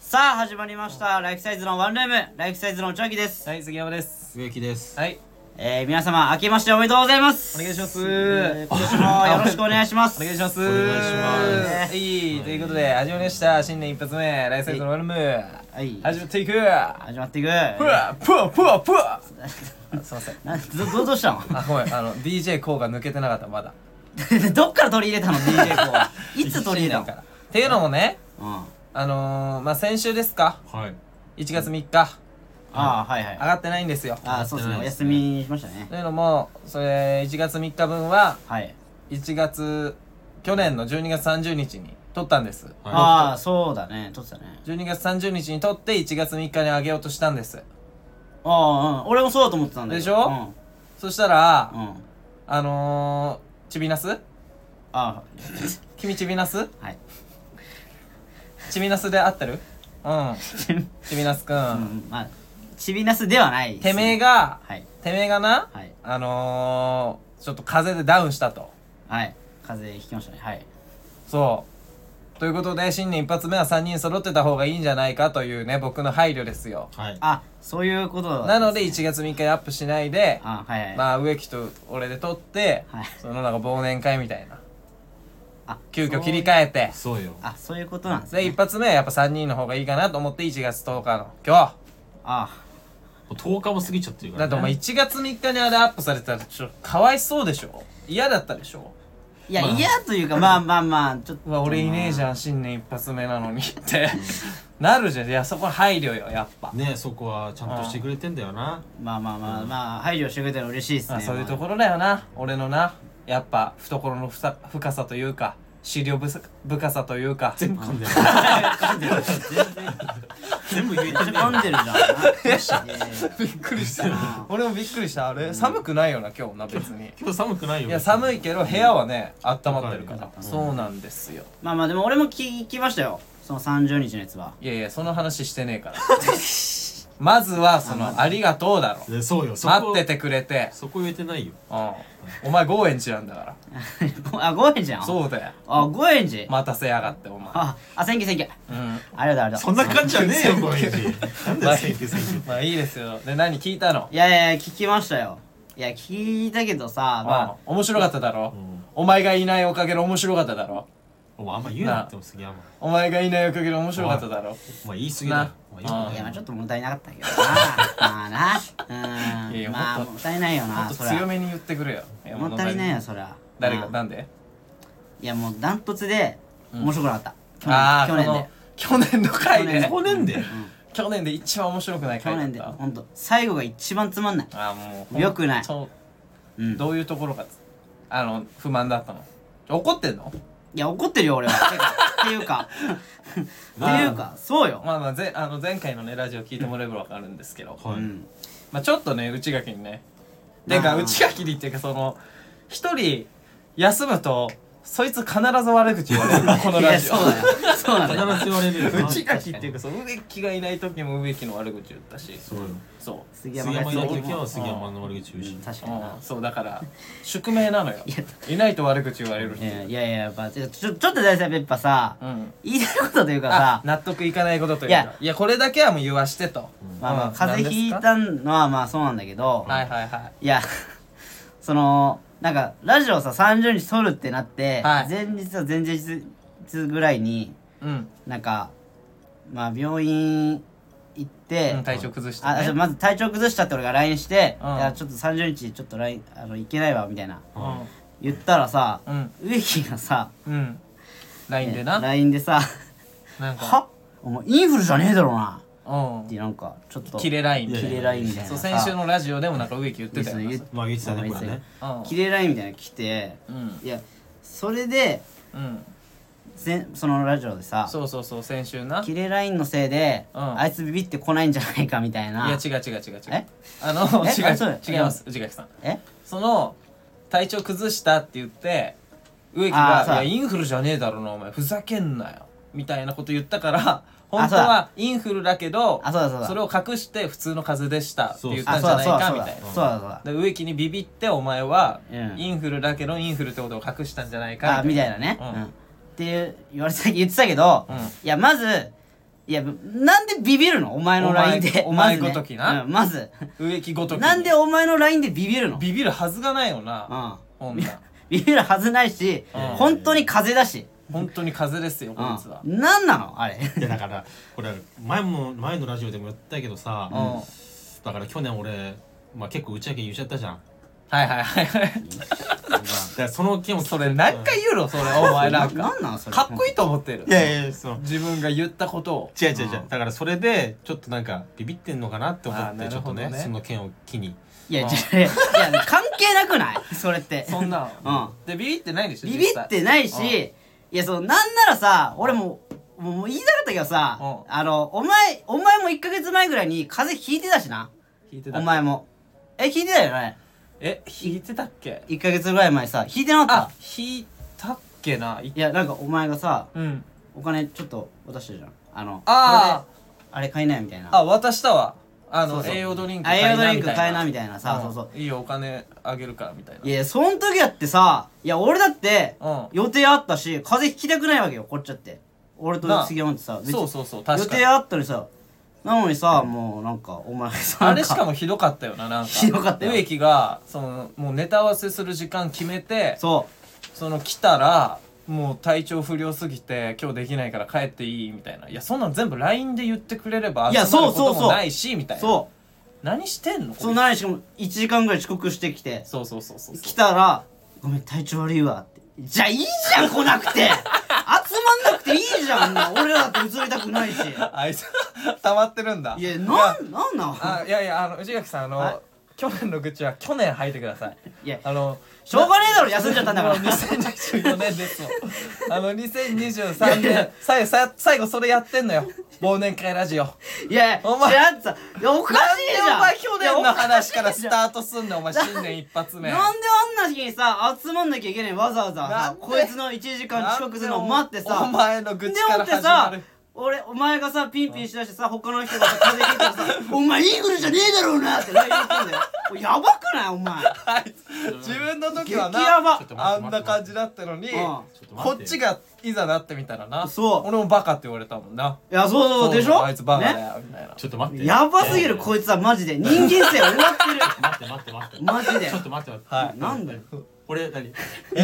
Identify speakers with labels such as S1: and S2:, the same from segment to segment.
S1: さあ始まりましたライフサイズのワンルームライフサイズの内脇です、
S2: はい、杉山です。
S3: 植木です。
S2: はい、
S1: えー、皆様明けましておめでとうございます
S2: お願いします
S1: えー今年もよろしくお願いします
S2: お願いします。
S3: お願いします
S2: はい、ということで、始まりました。新年一発目、ライフサイズのワルム。
S1: はい
S2: 始まっていく。ふ
S1: 始まっていく
S2: わ、ふわ、ふわ、ふわ。すいません。
S1: などどどうしたの
S2: あ、ごめん、あの、DJ コーが抜けてなかった、まだ。
S1: どっから取り入れたの DJ こういつ取り入れた
S2: か
S1: の
S2: ら。っていうのもね、
S1: うんあ
S2: あのー、まあ、先週ですか。
S3: はい。
S2: 1月3日、
S1: あーはいは
S2: 上
S1: い
S2: がってないんですよ。
S1: ああそうですね
S3: うん
S1: お休みしましたね
S2: というのも、それ、1月3日分は、
S1: はい
S2: 1月、去年の12月30日に撮ったんです。
S1: ああそうだね取ってたね
S2: 12月30日に撮って1月3日にあげようとしたんです
S1: ああうん俺もそうだと思ってたんだけど
S2: でしょそしたら、
S1: うんうん
S2: あのー、ちびなす
S1: あ
S2: 君ちびなす
S1: あはい
S2: ちびなすで合ってるうんちびなすく
S1: うんんまあちびなすではない
S2: てめえ
S1: が
S2: が
S1: はい
S2: てめえがな、
S1: はい
S2: あのー、ちょっと風邪でダウンしたと
S1: はい風邪ひきましたねはい
S2: そうということで新年一発目は3人揃ってた方がいいんじゃないかというね僕の配慮ですよ
S3: はい。
S1: あそういうことだ
S2: なので1月3日にアップしないで
S1: あはいはい、
S2: まあ植木と俺で撮って、
S1: はい
S2: そのなんか忘年会みたいな
S1: あ
S2: 急遽切り
S1: え
S2: 替えて
S3: そうよ。
S1: あそういうことなんです
S2: で
S1: ね
S2: 一発目はやっぱ3人の方がいいかなと思って1月10日の今
S1: あ
S3: 10日も過ぎちゃってるか
S2: 日
S3: ら、
S2: だってお前1月3日にあれアップされてたらちょっとかわいそうでしょ嫌だったでしょ
S1: いや、
S3: まあ
S1: 嫌というかまあまあまあちょっと
S2: うわ俺いねえじゃん新年一発目なのにってなるじゃんいやそこは配慮よやっぱ、
S3: ねそこはちゃんとしてくれてんだよな。
S1: まあまあまあまあ配慮してくれたら嬉しいです
S2: まあ
S1: ね
S2: そういうところだよな俺のなやっぱ懐のふさ深さというか資料ぶさ深さというか
S3: 全部噛んでる。
S1: 噛んでる
S3: 全部言えてね
S1: 噛んでるじゃんいやいやいや
S2: びっくりした 俺もびっくりしたあれ寒くないよな今日な別に
S3: 今日寒くないよ。
S2: いや寒
S3: い。
S2: いけど部屋はね温まってるからそうなんですよ
S1: まあまあでも俺も聞きましたよその30日のやつはい
S2: やいやその話してねえから まずはその「ありがとう」だろ
S3: そうよ。そ
S2: 待
S3: こ
S2: っててくれて、
S3: そこ言えてないよ。
S2: うん、お前高円寺なんだか
S1: あご円寺な
S2: ら
S1: の
S2: そうだよ
S1: あご円寺
S2: 待たせやがってお前
S1: ああ千切千切
S2: うん
S1: ありがとうありがと。
S3: そうんな感じじゃねえよ、この人。なんだよ、選挙選挙。
S2: まあいいですよで何聞いたの
S1: いやいやいや聞きましたよいや聞いたけどさ
S2: あ
S1: ま
S2: 面白かっただろ
S3: うん
S2: お前がいないおかげで面白かっただろ
S3: お前あんま言うなっても杉山。
S2: お前がいないおかげで面白かっただろ
S3: お前言い過ぎだよ
S2: な。
S3: お前言う
S1: あ
S3: ない
S1: やまあ
S3: よ
S1: ちょっと問題なかったけどなまあなう
S2: いやいや
S1: んまあ
S2: もっと
S1: もったいないよ
S2: も
S1: な
S2: っと
S1: そり
S2: 強
S1: ゃ
S2: めに言ってくれよ
S1: もったいないよそりゃ
S2: 誰が
S1: まあ
S2: なんで
S1: いやもうダントツで面白くなかっ
S2: あ
S1: た
S2: あ
S1: 去年去年で
S2: 去年の回
S1: 去
S2: で
S3: 去年で
S2: 去年で一番面白くない
S1: 去
S2: 回だっ
S1: 年で
S2: た
S1: ほんと最後が一番つまんない
S2: あもう
S1: 良くない
S2: そう
S1: うん
S2: どういうところかつあの不満だったの怒ってんの
S1: いや怒ってるよ俺はてかっていうか っていうかそうよ
S2: まあまあぜあの前回のねラジオ聞いてもらえばわかるんですけど、
S1: う
S3: はい。
S1: ん
S2: まあ、ちょっとね内垣にねてか
S1: あー
S2: 内垣にっていうかその一人休むとそいつ必ず悪口言われるのこの
S1: い
S2: ラ
S1: や
S2: ジ
S1: そ
S2: オ
S1: うだよそうなんだよ
S3: 必ず言われるよな。
S2: 内垣っていうかその植木がいない時も植木の悪口言ったし
S3: そうよ。
S2: そう
S1: 杉
S3: 杉
S1: 山
S3: 山
S1: が
S3: い
S1: そ
S3: な
S1: う
S3: い時
S1: 思
S3: は
S1: う
S3: 杉山の悪口言うし。
S1: 確かにな
S2: うんそうだから宿命なのよ
S1: いや
S2: いないと悪口言われるし、
S1: いやいやいややっぱちょちょちょっと大さやっぱさ
S2: うん
S1: 言いたいことというか
S2: あ
S1: さ
S2: 納得いかないことというかい
S1: い
S2: や
S1: や
S2: これだけはもう言わしてと、
S1: まあま
S2: う
S1: あ
S2: ん
S1: 風邪ひい
S2: 何で
S1: たのはまあそうなんだけど
S2: すかはいはいはい
S1: いや そのなんかラジオさ30日撮るってなって
S2: はい
S1: 前日は前日ぐらいに
S2: うん、
S1: なんかまあ病院行って
S2: うん、体調崩して、ね、
S1: あじゃあまず体調崩したって俺が LINE して「
S2: うん
S1: いやちょっと30日ちょっと LINE あの行けないわ」みたいな
S3: うん
S1: 言ったらさ
S2: うん
S1: 植木がさ
S2: うんうん LINE でな、
S1: LINE でさ
S2: なんか
S1: はお前インフルじゃねえだろうな
S2: う
S1: ってなんかちょっと
S2: んキレライン
S3: いや
S1: キ
S3: いや
S1: レラインみたいな
S2: そう
S1: さ
S2: 先週のラジオでもなんか植木言ってたよな
S1: 言って
S3: まあ言ってたね、これね。
S2: うん
S1: キレラインみたいなの来て
S2: うん
S1: いやそれで
S2: うん
S1: ぜそのラジオでさ
S2: そうそうそう先週な
S1: キレラインのせいで
S2: うん
S1: あいつビビってこないんじゃないかみたい
S2: いや
S1: な
S2: 違う違う違う違う
S1: え
S2: あの
S1: え
S2: 違
S1: あそう
S2: う
S1: だ
S2: 違います内垣さん
S1: え
S2: その体調崩したって言って植木
S1: あ
S2: が
S1: ー
S2: 「い
S1: そう
S2: やインフルじゃねえだろうなお前ふざけんなよ」みたいなこと言ったから本当
S1: そう
S2: は
S1: だ
S2: インフルだけど
S1: あそうだそうだ
S2: れを隠して普通の風邪でしたって言っ
S1: あ
S2: たんじ
S1: そう
S2: ゃ
S1: だ
S2: ない
S1: そうだ
S2: か
S1: そうだ
S2: みた
S1: そう
S2: い
S1: だ
S2: な
S1: そうだ
S2: で植木にビビってお前は
S1: うん
S2: インフルだけどインフルってことを隠したんじゃないか
S1: あみたいなね
S2: うん
S1: うんっていう言われてた言ってたけど
S2: うん
S1: いやまずいやなんでビビるのお前の LINE で
S2: お前
S1: まずね
S2: お前ごときな
S1: うんまず
S2: 植木ごとき
S1: なんでお前の LINE でビビるの
S2: ビビるはずがないよな
S1: う
S2: ほん
S1: ん
S2: なら
S1: ビビるはずないし
S2: うん
S1: 本当に風邪だし
S2: 本当に風邪ですよこいつは
S1: うんなんなのあれ
S4: いやだからこれ前も前のラジオでも言ったけどさ、
S2: うんはい
S4: だから去年俺まあ結構打ち明け言っちゃったじゃん。
S2: はいはいはい
S4: だからその件を
S2: それ何回言うのそれお前なん
S1: な
S2: か
S1: んなのそれ
S2: かっこいいと思ってる
S4: いやいやいやその
S2: 自分が言ったことを
S4: 違う違う違うだからそれでちょっとなんかビビってんのかなって思
S2: あー
S4: っ
S2: な
S4: てち
S2: る
S4: ょっ
S2: ほ
S4: と
S2: ど
S4: ね
S2: ね
S4: その件を機に
S1: いや
S2: うん
S1: いやいや関係なくない それって
S2: そんなの
S1: う
S2: でビビってないでしょ
S1: ビビ
S2: 実際
S1: ってない
S2: うん
S1: しいやそうなんならさ俺ももうもう言いたかったけどさ
S2: う
S1: あのお前お前も1ヶ月前ぐらいに風邪ひいてたしな
S2: 引いてた
S1: お前もえひいてたよね
S2: え引いてたっけ
S1: 1ヶ月ぐらい前さひいてなか
S2: あ
S1: っ
S2: 引いたっけな
S1: たいやなんかお前がさ
S2: うん
S1: お金ちょっと渡したじゃんあの
S2: あ
S1: これあれ買いないみたいな
S2: あ渡したわあの
S1: そうそう
S2: 栄養ドリンク
S1: あ栄養ドリンク買え
S2: みた
S1: ないみたいなさ
S2: ん
S1: そうそう
S2: いいよお金あげるからみたいない
S1: やそん時だってさいや俺だって
S2: うん
S1: 予定あったし風邪ひきたくないわけよこっちだって俺と
S2: なあ
S1: 杉山ってさ別に
S2: そうそうそう確
S1: 予
S2: か
S1: 定
S2: に
S1: あったのにさなのにさもうなんかお前さ
S2: あれしか
S1: も
S2: もひどかったよななんか
S1: ひどかったよ
S2: 植木がそのもうネタ合わせする時間決めて
S1: そ
S2: その来たらもう体調不良すぎて今日できないから帰っていいみたいないやそんなん全部 LINE で言ってくれれば
S1: いや
S2: 集まる
S1: そうそう
S2: こと
S1: そう
S2: もないしみた
S1: う
S2: いな
S1: そ
S2: 何してんの
S1: うそのなのにしかも1時間ぐらい遅刻してきて
S2: そうそうそうそう
S1: 来たら「ごめん体調悪いわ」って「じゃあいいじゃん来なく て集まんなくていいじゃん俺らだって移りたくないし」
S2: あいつ 溜まってるんだ
S1: いやなんなんなの
S2: あいやいやあの内垣さんあの、
S1: はい
S2: 去年の愚痴は去年吐いてください
S1: いや
S2: あの
S1: しょうがねえだろ休んじゃったんだ から
S2: もう2024年ですよあの
S1: いやいや
S2: 2023年最後さ最後それやってんのよ忘年会ラジオ
S1: いやいや
S2: お前
S1: 知らんってさいやおかしいじゃん
S2: なんでお前去年の話から
S1: いやおか
S2: ス
S1: しいじゃん
S2: タートすんのお前新年一発目
S1: なんであんな時にさ集まんなきゃいけないわざわざ
S2: な
S1: さ
S2: んで
S1: こいつの1時間遅刻するのを待って
S2: なんでお
S1: さ
S2: 前の
S1: で
S2: 愚痴か
S1: も
S2: ら
S1: って
S2: 始
S1: さ
S2: まる
S1: 俺お前がさピンピンしだしてさ他の人がさ風邪ひいたら さ「お前イーグルじゃねえだろうな」って LINE 来たんだよおいやばくないお前
S2: あいつ自分の時は
S1: 激ヤ
S2: な
S1: バ
S4: ちょっと
S2: あ
S4: 待って
S2: んな感じだったのに
S1: う
S4: ちょっと待
S2: こ
S4: て
S2: っちがいざなってみたらな
S1: そう
S2: 俺もバカって言われたもんなん
S1: いやそうそうでしょ
S2: あいつバカだ
S1: ね
S2: よみたいな
S4: ちょっと待って
S1: やばすぎるこいつはマジで人間性終わってる
S4: 待って待って待って
S1: マジで
S4: ちょっと待って待って
S2: はい
S1: なんだよ
S4: 俺何い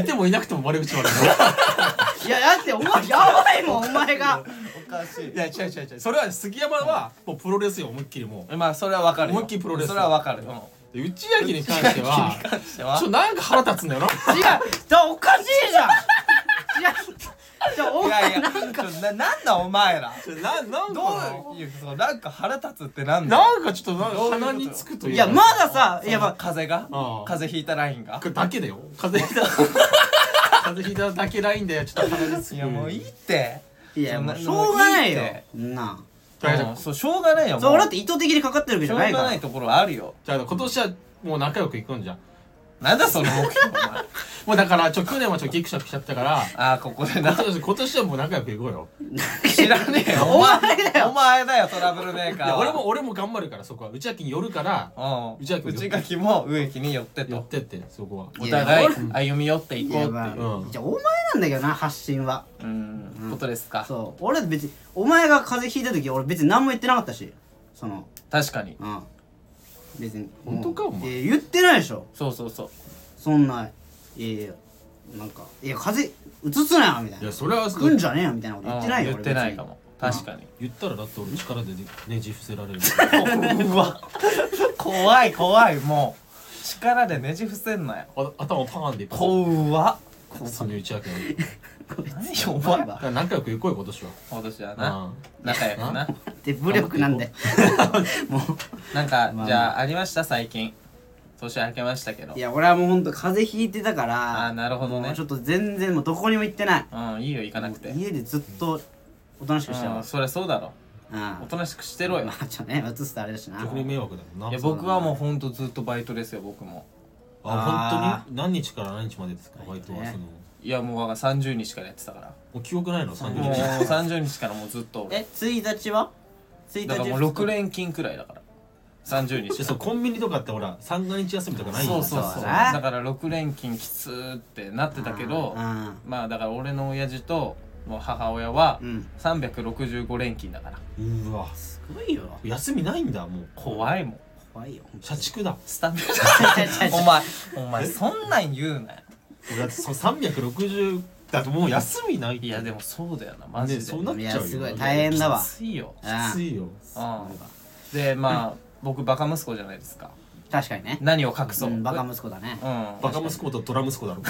S4: てもいなくても悪口悪い
S1: いやだってお前やばいもんお前が
S2: おかしい
S4: のいや 違う違う違うそれは杉山はもうプロレスよ思いっきりも
S2: まあそれはわかるよ
S4: 思いっきりプロレス
S2: それはわかるうん
S4: うで内明に関してはち
S2: 関して
S4: ょ
S2: は
S4: っとなんか腹立つんだよな
S1: 違うだからおかしいじゃん違うじゃお
S2: いやい
S1: 前
S2: やなんかななんだお前ら
S4: ななん
S2: どういうそうなんか腹立つってなんだよ
S4: なんかちょっとなんか鼻につくという
S1: い
S4: か
S1: やまださいやまあ
S2: 風が
S4: ああ
S2: 風邪ひいたライン が
S4: だけだよ風邪ひいた 風邪ひいただけラインだよちょっと鼻につく
S2: いやもういいって
S1: いや
S2: そん
S1: も
S2: な
S1: うしょうがないよ
S2: もういいって
S1: な
S4: 大丈夫
S2: うんそうしょうがないよ
S1: あ
S2: も
S1: そう俺だって意図的にかかってるわけ
S2: し
S1: じ
S2: ょ
S1: ゃな
S2: うが
S1: いから
S2: ないところはあるよ
S4: じゃあ今年はもう仲良くいくんじゃん
S2: なんだその目標お前
S4: もうだからちょ去年はちょギクシャクしちゃったから
S2: ああここで
S4: 今
S2: な
S4: 年今年はもう仲良くいこうよ
S2: 知らねえよ
S1: お前だよ
S2: お前だよトラブルメー
S4: い
S2: カー
S4: や
S2: は
S4: 俺も俺も頑張るからそこは内秋に寄るから
S2: うん
S4: 内垣も
S2: 内垣も植木に寄って
S4: 寄っ
S2: と
S4: てってそこは
S2: お
S1: いや
S2: 互い
S1: 俺
S2: 歩み寄ってい
S1: い
S2: こう
S1: や
S2: って
S1: まあ
S2: いう
S4: うん
S1: じゃあお前なんだけどな発信は
S2: うんことですか
S1: そう俺別にお前が風邪ひいた時俺別に何も言ってなかったしその
S2: 確かに
S1: うん別に
S4: 本当かお前
S1: いや言ってないでしょ
S2: そうそうそう
S1: そんないやいやなんか「いや風邪うつすなよ」みたい
S4: い
S1: な
S4: や
S1: 「
S4: それは
S1: 来んじゃねえよ」みたいなこと言ってないよ
S2: うん言ってないかも確かに
S4: 言ったらだって俺力でねねじ伏せられる
S2: うわ怖い怖いもう力でねじ伏せんなよ
S4: あ頭パーンでこ
S2: 怖っ
S4: うその内秋に
S2: 何
S1: お
S2: お
S1: 前
S2: 前
S4: だ
S1: は
S4: から仲良くいこうよ今年は
S2: 今年はな
S4: うん
S2: 仲良くな
S1: で武力なんでもう
S2: なんか
S1: まあ
S2: じゃあありました最近年明けましたけど
S1: いや俺はもうほんと風邪ひいてたから
S2: あーなるほどね
S1: もうちょっと全然もうどこにも行ってない
S2: うんいいよ行かなくて
S1: もう家でずっとおとなしくして
S2: う
S1: ま
S2: ん
S1: す
S2: そりゃそうだろ
S1: うん
S2: おとなしくしてろよ
S1: まあちょっとね映すとあれだしな
S4: 逆に迷惑だもんない
S2: や僕はもうほんとずっとバイトですよ僕も
S4: あ本当に何日から何日までですかバイトは
S1: ね
S4: その
S2: いやもうわが30日からやってたから
S4: もう記憶ないの30
S2: もう
S4: 日
S2: 30日からもうずっと俺
S1: え1日は1日
S2: だからもう6連勤くらいだから30日
S4: でそうコンビニとかってほら三が日休みとかない
S2: そう
S1: そ
S2: そうう
S1: だ
S2: そう
S1: な
S2: だから6連勤きつーってなってたけど
S1: うん
S2: まあだから俺の親父ともう母親は
S1: うん
S2: 365連勤だから
S4: うわ
S1: すごいよ
S4: 休みないんだもう
S2: 怖いもん
S1: 怖いよ
S4: 社畜だ
S2: スタンド
S1: 違う
S2: お前お前そんなん言うなよ
S4: 俺だってその360だともう休みない
S2: いやで
S4: も
S2: もそうだよなマジで
S4: ねそうなっ
S1: い
S4: ちゃう
S1: や
S4: よ
S1: すごい大変だわ
S2: きついよ
S1: あ
S4: きついよ
S2: うんでまあ僕バカ息子じゃないですか
S1: あ確かにね
S2: 何を隠そううん
S1: バカ
S2: 息
S1: 息子だね
S2: 子うん
S4: バカ息子とドラ息子だろ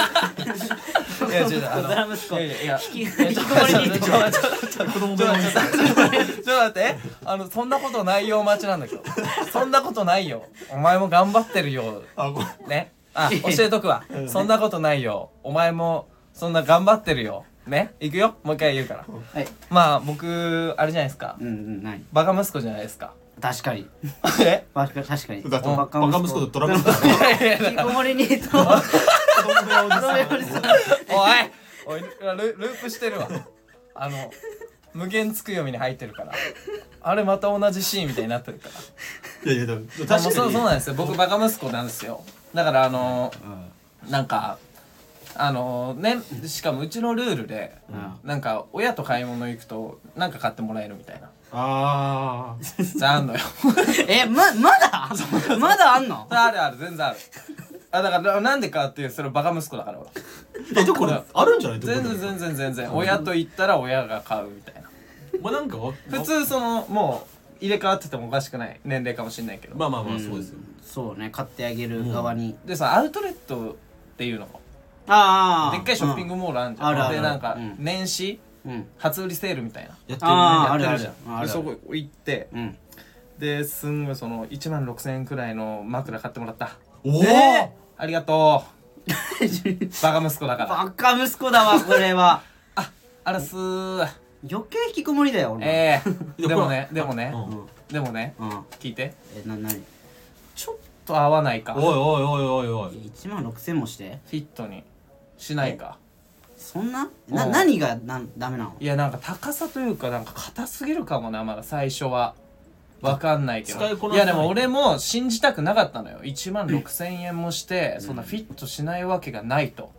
S2: いや、ちょっと、あの、
S1: ドラ息子
S2: いやいやいや、
S1: き
S2: いやちょっと待って、ちょっと待って、ちょっと待って、ちょっと待って、ちょっと待って、あの、そんなことないよ待ちなんだけど、そんなことないよ、お前も頑張ってるよ、
S4: あごめん
S2: ね。あ、教えとくわ、そんなことないよ、お前も、そんな頑張ってるよ、ね。いくよ、もう一回言うから。
S1: はい
S2: まあ、僕、あれじゃないですか
S1: う、んうんない
S2: バカ息子じゃないですか。
S1: 確かに
S2: え
S1: わ確かに
S4: だってバカ息子とドラ息子
S1: ドラ
S4: だろ
S1: 引きこもりにとあ
S2: おい、おい、ルループしてるわ。あの、無限つくよみに入ってるから。あれまた同じシーンみたいになってるから。
S4: いやいやでも
S2: ま
S4: 確か
S2: あもう
S4: に
S2: そうそうなんですよ僕バカ息子なんですよだからあのなんかあのねしかもうちのルールで、
S1: う
S2: なんか親と買い物行くとなんか買ってもらえるみたいな
S4: あ
S2: じゃあんのよ
S1: えままだまだあんの
S2: あるある全然あるあだからなんでかっていうそれバカ息子だから俺
S4: ーえどこれあるんじゃない
S2: 全然全然全然親と言ったら親が買うみたいな
S4: 然まあなんかわ
S2: 普通そのもう入れ替わっててもおかしくない年齢かもしれないけど、
S4: まあまあまあそうですよ
S1: そうね買ってあげる側に
S2: でさアウトレットっていうの
S1: ああ
S2: でっかいショッピングモールあるじゃん、
S1: あるある
S2: でなんか
S1: うん
S2: 年始
S1: うん
S2: 初売りセールみたいな
S4: やってる
S1: あー
S4: ね
S2: やってるじゃん
S1: あるあるあるある
S2: でそこ行って
S1: うん
S2: ですんごいその1万6000円くらいの枕買ってもらった
S4: お
S1: え
S4: お
S2: ありがとうバカ息子だから
S1: バカ息子だわこれは
S2: あらすー
S1: 余計引きこもりだよ俺
S2: え ー、
S4: いや
S2: でもねでもね
S4: うん
S2: でもね
S1: うん
S2: 聞いて
S1: えな何
S2: ちょっと合わないかフ
S4: おいおいおいおいおい
S1: 1万6000もして
S2: ィットにしないか
S1: そんなな
S2: うん
S1: 何がなんダメなの
S2: いやなんか高さというかなんか硬すぎるかもなまだ最初はわかんないけ
S4: 使い
S2: ど
S4: こない
S2: やでも俺も信じたくなかったのよ1万6000円もしてそんなフィットしないわけがないと、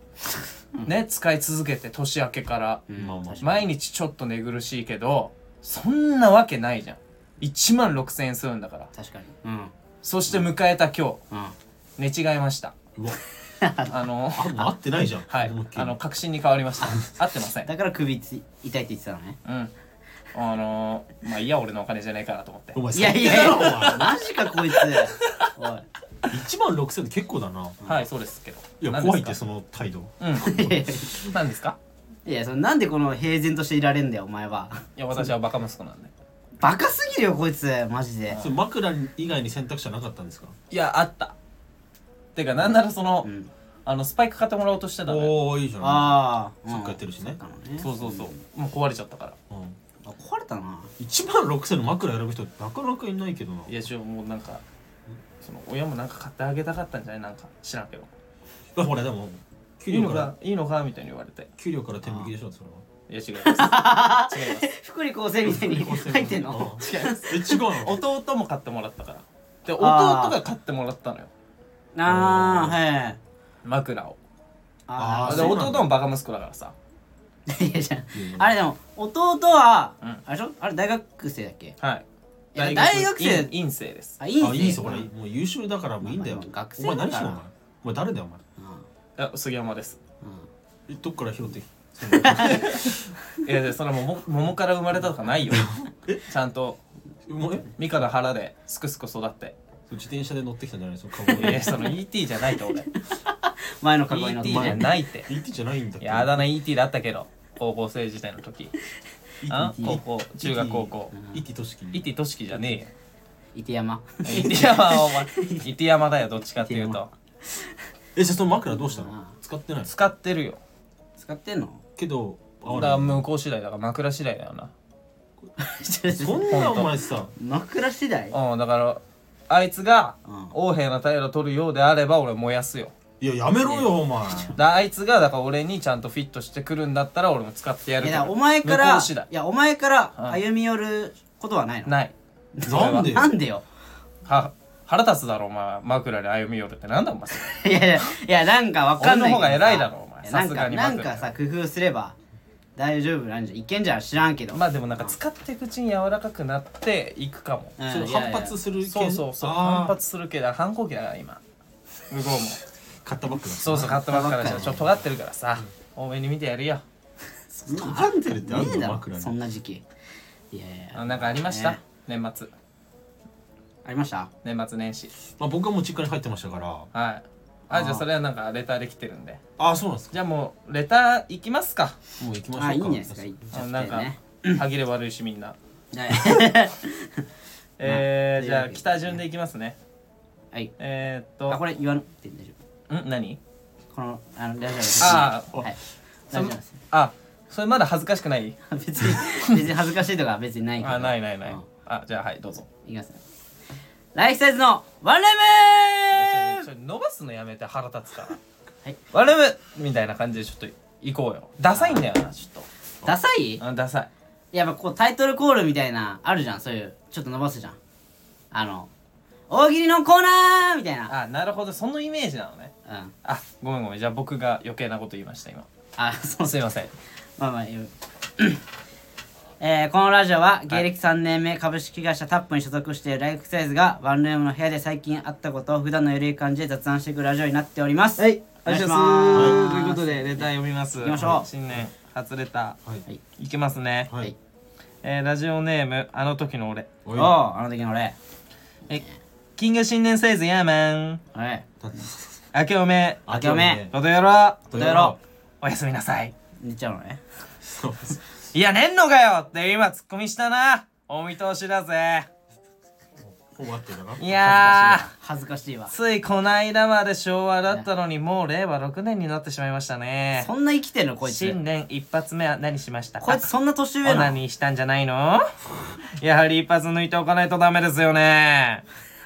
S2: ね使い続けて年明けから
S1: うん
S4: まあまあ
S1: 確かに
S2: 毎日ちょっと寝苦しいけどそんなわけないじゃん1万6000円するんだから
S1: 確かにうん
S2: そして迎えた今
S1: うん
S2: 日寝違いました
S4: うわ
S2: あ の
S4: あもう合ってないじゃん
S2: はい
S4: 思っきり
S2: あの確信に変わりました 合ってません
S1: だから首つ痛いって言ってたのね
S2: うんあのまあいいや俺のお金じゃないからと思って
S4: お前
S1: いやいや
S4: 最低だろお前
S1: マジかこいつおい
S4: 1万6000って結構だな
S2: はい、そうですけど。
S4: いや
S2: 何
S4: 怖いって
S2: です
S4: そ
S2: か
S4: の態度
S2: うん。 何ですか
S1: いやそのなんでこの平然としていられんだよお前はい
S2: や、私はバカ息子なんで。
S1: バカすぎるよこいつマジで
S4: それ枕以外に選択肢はなかったんですか
S2: いや、あった。てか、なんならその、
S1: うん
S2: あの、スパイク買ってもらおうとしてたのよ。
S4: おおいいじゃん
S1: ああ
S4: サッカーやってるしね
S1: サッカーのね
S2: そうそうそう。もう壊れちゃったから。
S4: うん
S1: あ壊れたな
S4: 1万6000の枕選ぶ人なかなかいないけどない
S2: や、ちょ、もうなんか、その、親もなんか買ってあげたかったんじゃないなんか、知らんけど。
S4: まあほらでも給
S2: いい
S4: 料
S2: の
S4: から
S2: かいいのかみたいに言われて。
S4: 給料から天引きでしょそれはい
S2: や、違い ます。違います。
S1: 福利厚生みたいに入ってんの
S4: 違いますえ違うの
S2: 弟も買ってもらったから。で、弟
S1: あー
S2: が買ってもらったのよ。
S1: ああはい
S2: 枕を。
S1: あ
S4: あ
S1: あ
S2: で、
S4: そうなんだ
S2: 弟もバカ息子だからさ。
S1: いやじゃあ
S4: いやいや
S1: あれでも弟は、
S2: うん
S1: あれでしょあれ大学生だっけ
S2: はい。
S1: いや大学生
S2: 院院生です。
S1: あいいんす
S4: あ
S1: ね
S4: いいぞほらもう優秀だからもういいんだよ
S1: まあまあ学
S4: お
S1: 生
S4: 前
S1: だから
S4: 何してんのお前お前誰だよお前
S1: うん
S2: あ杉山です。
S1: うん
S4: えどっから拾ってきた
S2: いやいやそれはもも桃から生まれたとかないよちゃんと
S4: お前え
S2: ミカの腹ですくすく育って
S4: 自転車で乗ってきたんじゃないそのカゴ
S2: いやその ET じゃないと俺 ET
S1: 前の
S2: じ
S1: 過去に乗って
S2: ゃないって
S4: 言ってじゃないんだっ
S2: い
S4: け
S2: やあだ名 ET だったけど高校生時代の時あ高校中学高校
S4: イティとしき
S2: ET としきじゃね
S1: 伊山
S2: えよ ET 山はお前 ET 山だよどっちかっていうと
S4: えじゃあその枕どうしたの
S1: あ
S4: 使ってない
S2: 使ってるよ
S1: 使ってんの
S4: けど
S2: だ
S4: あ
S2: から向こう次第だから枕次第だよな
S1: ちょっと
S4: そんなお前さ
S1: 枕次第
S2: うんだからあいつが
S1: うん
S2: 横柄な態度取るようであれば俺燃やすよ
S4: いややめろよお前
S2: だあいつがだから俺にちゃんとフィットしてくるんだったら俺も使ってや
S1: い
S2: る
S1: やだ
S2: か
S1: かららお前か
S2: 向こ
S1: ら
S2: う次第
S1: いやお前から
S2: うん
S1: 歩み寄ることはないの
S2: ない
S4: なん で
S1: なんでよ
S2: は腹立つだろお前枕に歩み寄るってなんだお前そ れ
S1: いやいやいやなんかわかんないけどさ
S2: 俺の方が偉いだろお前
S1: やなん
S2: さすが
S1: か
S2: に
S1: な
S2: 枕
S1: んかさ工夫すれば大丈夫なんじゃいけんじゃん知らんけど
S2: まあでもなんか使っていくうちに柔らかくなっていくかも
S1: うん
S3: その
S1: いやい
S3: 反
S1: や
S3: 発する系
S2: そうそうそう反
S3: あー
S2: 発するけど反抗期だから今向こ うも
S4: 買ったばっかだ
S2: そうそう買ったばっかだしちょっと尖ってるからさ多めに見てやるよ
S1: そんな
S4: 尖ってるってあんの
S1: ねえだろ
S4: 枕に
S1: そんな時期いやいやいや
S2: あなんかありました
S1: ね
S2: 年末
S1: ありました
S2: 年末年始
S4: まあ僕はもう実家に入ってましたから
S2: はいあじゃあそれはなんかレターできてるんで
S4: ああそうなんですか
S2: じゃあもうレターいきますか
S4: もう行きましょうか
S1: あいいんじゃないですかいっちゃ
S2: あ
S1: っ
S2: なん
S1: て
S2: か
S1: ね
S2: 歯切れ悪いしみんな
S1: はい
S2: えー、じゃ
S1: というわ
S2: あ
S1: けで
S2: 北順でいきますね
S1: はい
S2: えー、っと
S1: あこれ言わなくて大丈
S2: ん何
S1: 夫このあの大丈夫です
S2: あー
S1: はい大丈夫です
S2: あそれまだ恥ずかしくない
S1: 別に別に恥ずかしいとかは別にないけど
S2: あないないない
S1: うん
S2: あじゃあはいどうぞ
S1: いきますねライフサイズのワンライム
S2: ちょ伸ばすのやめて腹立つから
S1: はい
S2: 悪むみたいな感じでちょっと行こうよダサいんだよなちょっ
S1: ダサい
S2: とあダサい
S1: やっぱこうタイトルコールみたいなあるじゃんそういうちょっと伸ばすじゃんあの大喜利のコーナーみたいな
S2: あなるほどそのイメージなのね
S1: うん
S2: あごめんごめんじゃあ僕が余計なこと言いまし た今
S1: あそう
S2: すいません
S1: まあまあいいよ えー、このラジオは芸歴3年目株式会社タップに所属しているライフサイズがワンルームの部屋で最近あったことを普段のゆるい感じで雑談していくラジオになっております
S2: はい
S1: お願いし
S2: は
S1: ま
S2: い
S1: す
S2: ということでレター読みます
S1: 行きましょう
S2: 新年初レター、
S4: はい
S1: はい
S2: いきますね、
S4: はい
S1: はい
S2: えーラジオネームあの時の俺
S4: お
S1: お
S4: い
S1: おあの時の俺
S2: えキング新年サイズやーマン
S1: はい
S2: 明けおめ
S1: 明けおめ
S2: どとよろ
S1: どうやろ
S2: おやすみなさい
S1: 寝ちゃうのね
S4: そう です
S2: いやねんのかよって今ツッコミしたなお見通しだぜ
S4: 終わってたない
S2: や
S1: 恥ずかしいわ
S2: ーついこないだまで昭和だったのにもう令和6年になってしまいましたね
S1: そんな生きてんのこいつ
S2: 新年一発目は何しました
S1: こいつそんな年上
S2: オナ
S1: なの
S2: ニーしたんじゃないのやはり一発抜いておかないとダメですよね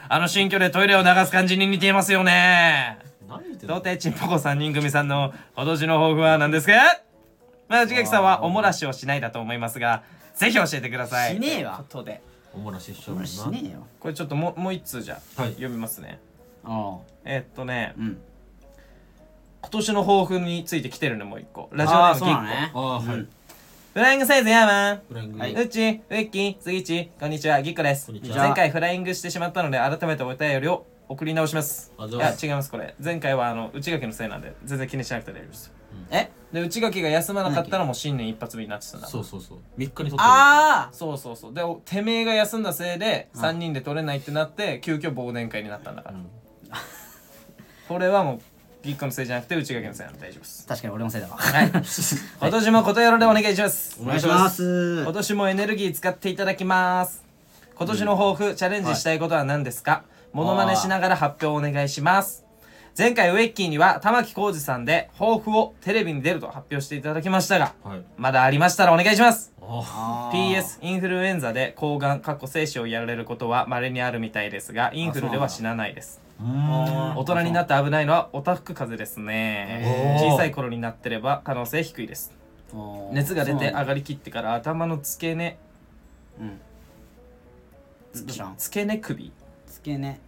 S2: あの新居でトイレを流す感じに似ていますよね
S4: 何言ってん
S2: 童
S4: の
S2: 貞ちんぽこ3人組さんの今年の抱負は何ですかまあ、ちげきさんはおもらしをしないだと思いますが、ぜひ教えてください。
S1: しねえわ
S2: ということで、
S4: おもらししちゃうもん
S1: 俺
S4: な
S1: しねえよ
S2: これちょっともうもう一通じゃ、
S4: はい
S2: 読みますね。
S1: お
S2: えーっとね
S1: う、うん
S2: 今年の抱負について来てるのもう一個。ラジオネーム
S1: あそう
S2: ギ
S1: なの
S2: ッコ。
S1: ね
S4: ああはい、
S1: うん
S2: フライングサイズヤーマン。
S4: フライング、
S1: はいう
S2: っち、ウッキー、スギッチ、こんにちは、ギッコです
S4: こんに。ち
S1: は
S2: 前回フライングしてしまったので、改めてお便りを送り直します。
S4: ありがとう
S2: い
S4: ござい
S2: や、
S4: ます
S2: 違います、これ。前回は、あの、内垣のせいなんで、全然気にしなくて大丈夫です。
S1: え
S2: で、内垣が休まなかったらもう新年一発目になってたんだ。
S4: そうそうそう3日に撮ってる
S1: あ
S2: そうそうそうでおてめえが休んだせいで3人で取れないってなって急遽忘年会になったんだ から、
S4: うん
S2: これはもうピッコのせいじゃなくて内垣のせいなんで大丈夫です
S1: あ確かに俺のせいだわ
S2: はい今年もことやろでお願いします
S4: お願いします
S1: す
S2: 今年もエネルギー使っていただきます今年の抱負チャレンジしたいことは何ですか、モノマネしながら発表お願いします前回ウェッキーには玉置浩二さんで抱負をテレビに出ると発表していただきましたが
S4: はい
S2: まだありましたらお願いします
S4: あ
S1: あー
S2: PS インフルエンザで抗がんかっこ精子をやられることはまれにあるみたいですがインフルでは死なないです
S4: あうーん
S2: 大人になって危ないのはオタフク風邪ですね
S4: へー
S2: 小さい頃になってれば可能性低いです
S1: おー
S2: 熱が出
S1: そうな
S2: て
S1: んだ
S2: 上がりきってから頭の付け根
S1: うんつけちゃん
S2: 付け根首
S1: つけね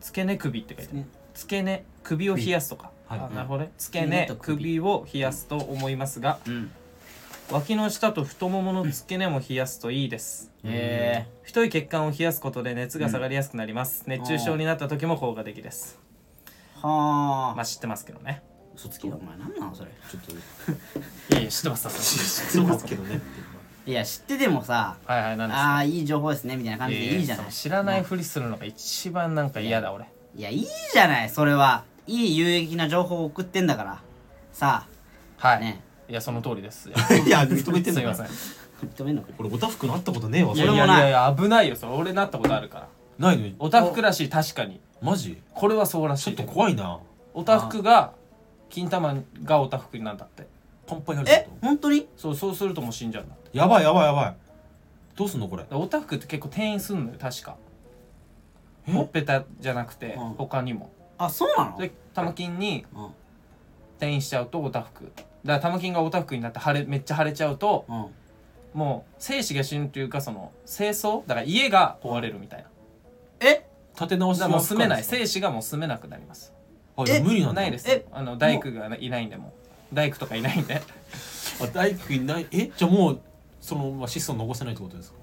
S2: 付け根首って書い
S1: つ
S2: てあ
S1: け
S2: る
S1: ね
S2: 付け根首を冷やすとか、
S4: はい
S2: あなるほどね付け
S1: 根
S2: 根
S1: と首
S2: 首を冷やすと思いますが
S1: うん
S2: 脇の下と太ももの付け根も冷やすといいです
S1: へえ
S2: 太い血管を冷やすことで熱が下がりやすくなります、熱中症になった時も効果的です
S1: はあ
S2: まあ知ってますけどね
S1: 嘘つきだお前なんなのそれ
S4: ちょっと
S2: いやいや知ってます
S4: 知ってますけどねって
S1: いや知っててもさ
S2: はいはいなんです
S1: ああいい情報ですねみたいな感じでいいじゃない
S2: 知らないふりするのが一番なんか嫌だ俺
S1: いやいいじゃないそれはいい有益な情報を送ってんだからさ
S2: はい、
S1: ね
S2: いやその通り です
S4: いうのはいや認めてん
S2: す
S4: の
S2: いま
S4: かよ
S2: せんい
S1: あ認めんのかね
S4: 俺オタフクの会ったことねえわそ
S2: や
S4: れ
S2: い
S1: 俺
S2: や
S1: も
S2: い
S1: ない
S2: やいや危ないよそれ俺なったことあるから
S4: ないのに
S2: オタフクらしい確かに
S4: マジ
S2: これはそうらし
S4: ちょ
S2: い
S4: っと怖いな
S2: オタフクが金玉がオタフクになんだって
S4: パンパンになる
S1: え
S4: ぞ
S1: 本当に
S2: そうそうするともう死んじゃうんだって
S4: やばいやばいやばいどうすんのこれ
S2: でオタフクって結構転移すんのよ確か
S4: え
S2: ほっぺたじゃなくて
S1: うん
S2: 他にも
S1: あそうなの
S2: で玉金に
S1: うん
S2: 転移しちゃうとオタフクだから玉金がオタフクになって腫れめっちゃ腫れちゃうと
S1: うん
S2: もう精子が死ぬというかその清掃だから家が壊れるみたいな
S1: え
S4: 立て直
S2: だ
S4: し
S2: から
S4: は
S2: もう住めない
S4: 不可能
S2: 精子がもう住めなくなります
S4: あいや無理なんだ
S2: ないです
S1: え
S2: あの大工がいないんでもう大工とかいないんで
S4: あ大工いないえじゃあもうそのまあ子孫残せないってことですか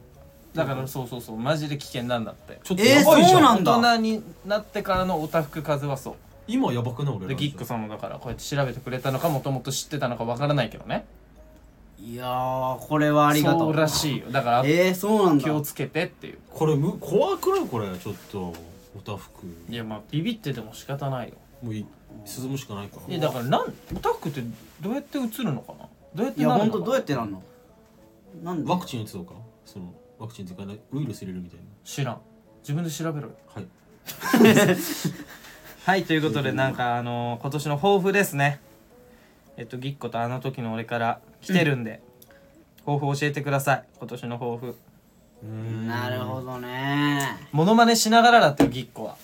S2: だからそうそうそうマジで危険なんだって
S4: ちょっ
S1: えー
S4: やばいじゃ
S1: そうなんだ
S2: 大人になってからのオタフク風はそ
S4: 今やばくない俺
S2: うで
S4: ら
S2: ギックさんもだからこうやって調べてくれたのかもともと知ってたのかわからないけどね
S1: いやーこれはありがと
S2: そううらしいよだから
S1: えー、そうなんだ
S2: 気をつけてっていう
S4: これむ怖くないこれちょっとおたふく
S2: いやまあビビってても仕方ないよ
S4: もうい進むしかないか
S2: いやだからなんオタフクってどうやって映るのかなどうやっ
S1: い
S2: て
S1: や
S2: な
S1: ほ
S2: る
S1: ん
S2: のか
S1: とどうやってなんのなんで
S4: ワクチン打つのかそのワクチン使えないウイルス入れるみたいな
S2: 知らん自分で調べろよ
S4: はい
S2: はいということでなんかあのー今年の抱負ですねえっとぎっことあの時の俺から来てるんで、抱負教えてください今年の抱負
S4: うーん
S1: なるほどね
S2: モノマネしながらだってよぎっこは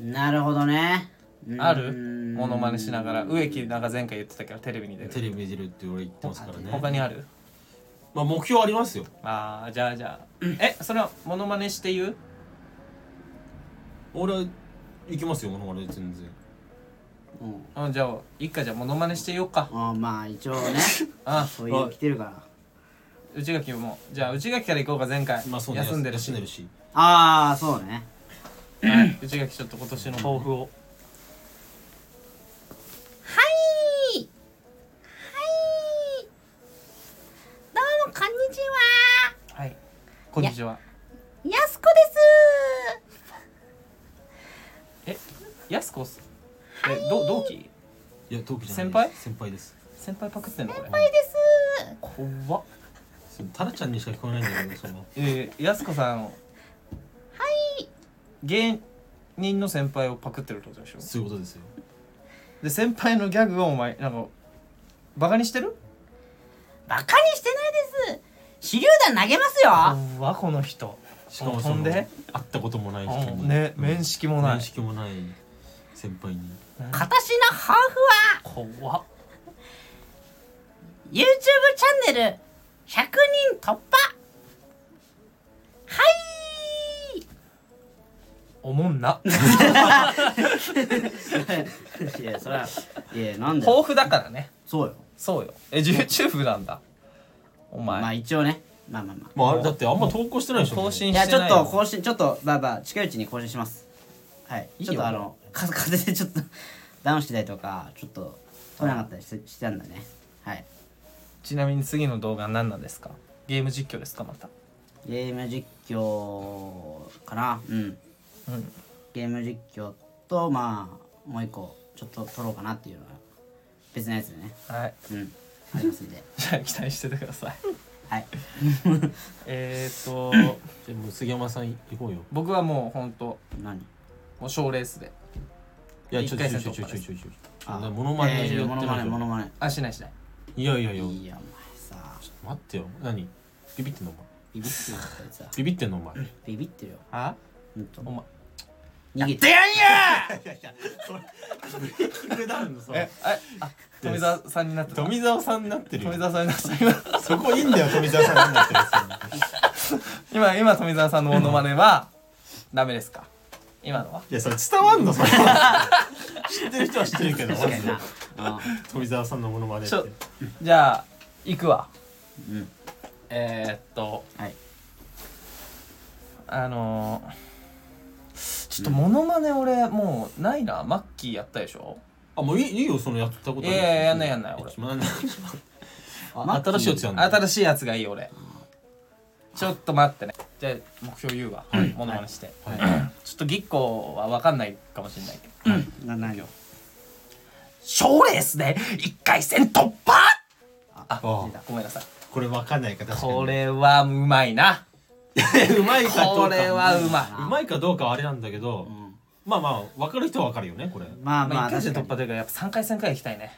S1: なるほどね
S2: あ
S1: う
S2: る
S1: ーん
S2: モノマネしながら植木なんか前回言ってたけどテレビに出
S4: テ
S2: る
S4: レビ出るって俺言ってますからね
S2: 他にある
S4: まあ目標ありますよ
S2: あーじゃあじゃあえそれはモノマネして言う
S4: 俺は行きますよこのままで全然
S1: うん
S2: うんじゃあ一家じゃあモノマネして言おうか
S1: あまあ一応ね
S2: あ
S1: そういう
S2: お
S1: 来てるから
S2: い内垣もじゃあ内垣から行こうか前回、
S4: まあそうね
S2: 休んでるし
S4: 休んでるし
S1: ああそうね
S2: はい内垣ちょっと今年の抱負を
S5: どうもこんにちは。
S2: はいこんにちは
S5: やすこです。
S2: えやすこすえど同期
S4: いや同期じゃない
S2: 先輩
S4: 先輩です
S2: 先輩パクってんのこれ
S5: です。
S2: 怖っ
S4: そのタラちゃんにしか聞こえないんだけどその
S2: えやすこさんはい芸人の先輩をパクってるってことでしょ
S4: そういうことですよ
S2: で先輩のギャグをお前なんかバカにしてる
S5: バカにしてないです。手榴弾投げますよ。
S2: 怖っこの人
S4: しかもそ
S2: ほ
S4: の
S2: んで
S4: 会ったこともない人
S2: う
S4: に
S2: んね
S4: うん
S2: 面識もない
S4: 面識もない先輩に
S5: 私の抱負は
S2: 怖っ
S5: YouTube チャンネル100人突破。はい。
S2: おもん な
S1: いやそれはいやなんで
S2: 豊富だからね
S1: そうよ
S2: そうよえ YouTube なんだお前、
S1: まあ一応ねまあまあま
S4: まああれだってあんま投稿してないでしょ
S2: 更
S1: あ
S2: 新
S1: いや
S2: して
S1: ちょ
S2: な
S1: っ
S2: い
S1: と
S2: よ
S1: 更新ちょっとまあまあ近いうちに更新しますはい
S2: いい
S1: ち
S2: よ
S1: ょっとあのか風邪でちょっと ダウンしてたりとかちょっと取れなかったりししてたんだねはい
S2: ちなみに次の動画は何なんですかゲーム実況ですかまた
S1: ゲーム実況かなうん
S2: うん
S1: ゲーム実況とまあもう一個ちょっと取ろうかなっていうのは別のやつでね
S2: はい
S1: うんありますんで
S2: じゃあ期待しててください
S1: はい
S2: えーっと
S4: じゃあもう杉山さん行こうよ
S2: 僕はもうほんと
S1: 何
S2: もう賞レースで
S4: いやちょ
S2: 一回
S4: ちょちょ
S2: 戦
S4: ちょ
S2: 突
S4: ち
S2: 破
S4: ょ
S2: です
S4: ちょちょモノマネ
S1: いやい
S4: や
S1: や
S4: って
S1: モノ
S4: ない
S1: マネモノマネ
S2: あしないしない
S4: いやいやいや
S1: いやお前さ
S4: ちょっと待ってよ何ビビってんのお前
S1: ビビってるよこいつは
S4: ビビってんのお前
S1: ビビってるよ
S2: あ
S1: ほんと
S2: お前
S1: 逃げて
S2: やんや
S4: それだん
S2: えああ富澤さんになってた
S4: 富澤さんになってるよ
S2: 富澤さんになってた今
S4: そこいいんだよ富澤さんになってるやつ
S2: 今今富澤さんのモノマネはダメですか今 のはい
S4: やそれ伝わ んのそれ知ってる人は知ってるけど
S1: 確かになあ
S4: 富澤さんのモノマネって
S2: ちょじゃあ行くわ
S1: うん
S2: えー、っと
S1: はい
S2: あのー、ちょっとモノマネ俺もうないなマッキーやったでしょ
S4: あもういいいいよそのやったこと
S2: いやいややんないやんない俺
S4: まあな
S1: マッキー
S4: 新しいやつやんの
S2: 新しいやつがいい俺ちょっと待ってねじゃあ目標言うわ、モノマネして、ちょっとぎっこは分かんないかもしれないけど
S1: な何を
S2: 賞レースで一回戦突破あ
S4: あ
S1: 出た
S2: ごめんなさい
S4: これわかんないか確かに
S2: これはうまいな
S4: うまいかど
S2: こ
S4: うか
S2: れはうまいう
S4: まいかどうかはあれなんだけど、
S1: ん
S4: まあまあわかる人はわかるよねこれ
S1: まあ
S2: ま
S1: ま
S2: あ、
S1: あ
S2: 1回戦
S1: 確かに
S2: 突破というかやっぱ3回戦くらい行きたいね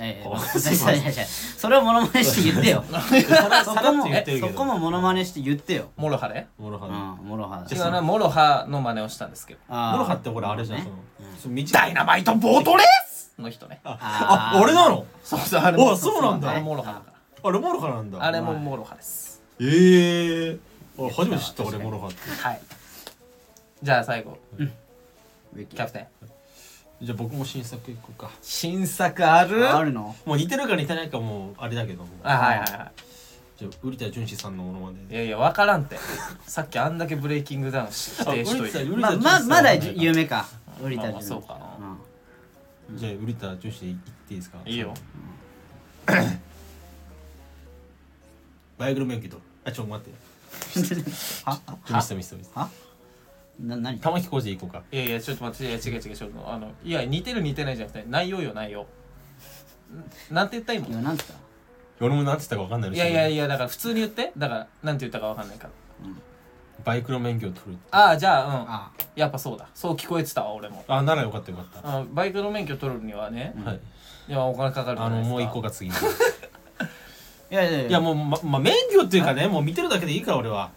S1: え え
S4: お
S1: まあ
S4: すごい
S1: いやいやいやそれをモノマネして言ってよ
S4: さ ら
S1: そ
S4: さ
S1: こ
S4: らっ
S1: も
S4: と言ってるけ
S1: そ
S4: ど
S1: こもモノマネして言ってよ
S2: モロハで
S4: モロハ
S1: うん
S4: ね
S1: モロハ
S2: 違うなモロハの真似をしたんですけど
S1: あー
S4: モロハってほらあれじゃんその
S1: ね
S4: その短
S2: ダ
S4: い
S2: イナマイトボートレースの人ね
S4: あ
S1: あー
S4: あ俺なの
S2: そうそうあれ
S4: おそうなんだ
S2: あれモロハだか
S4: あれモロハなんだ
S2: らあれもモロハです
S4: ええあ初めて知った俺モロハって
S2: はいじゃあ最後
S1: ウィキ
S2: キャプテン
S4: じゃあ僕も新作いくか
S2: 新作ある
S1: あるの
S4: もう似てるか似てないかもうあれだけども
S2: あはいはいは
S4: じゃあ瓜田淳史さんのものまね
S2: いいやいや分からんってさっきあんだけブレイキングダウンし否
S4: あ
S2: 定しと
S4: 瓜
S2: い
S4: 田
S2: て
S4: 瓜
S1: ま
S4: 田
S1: あ
S4: 淳
S1: ま
S4: 史さ
S1: あ
S4: ん
S1: まだ
S4: じゃない
S1: 夢か降りた
S2: まあまあそうかな
S1: うん
S4: じゃあ瓜田淳史でいっていいですか
S2: いいよ
S4: バイグルメンキドあちょ待って
S1: は
S4: ちょ見せて見せて見せて
S1: はな何
S4: 玉置浩二でいこうか
S2: いやいやちょっと待っていや違う違うちょっとあのいや似てる似てないじゃなくて内容よ内容んなんて言った今
S1: 今何つった
S4: 俺もなんて言ったかわかんない
S2: いやいやい
S4: や
S2: やだから普通に言ってだからなんて言ったか分かんないから
S4: バイクの免許を取る
S2: ああじゃあうん
S1: ああ
S2: やっぱそうだそう聞こえてたわ俺も
S4: あならよかったよかった
S2: あバイクの免許取るにはね
S4: はい
S2: いやお金かかるじ
S4: あ
S2: ゃない
S4: の
S2: ですか
S4: もう一個が次い
S1: いやいやいや
S4: やもうまま免許っていうかねもう見てるだけでいいから俺は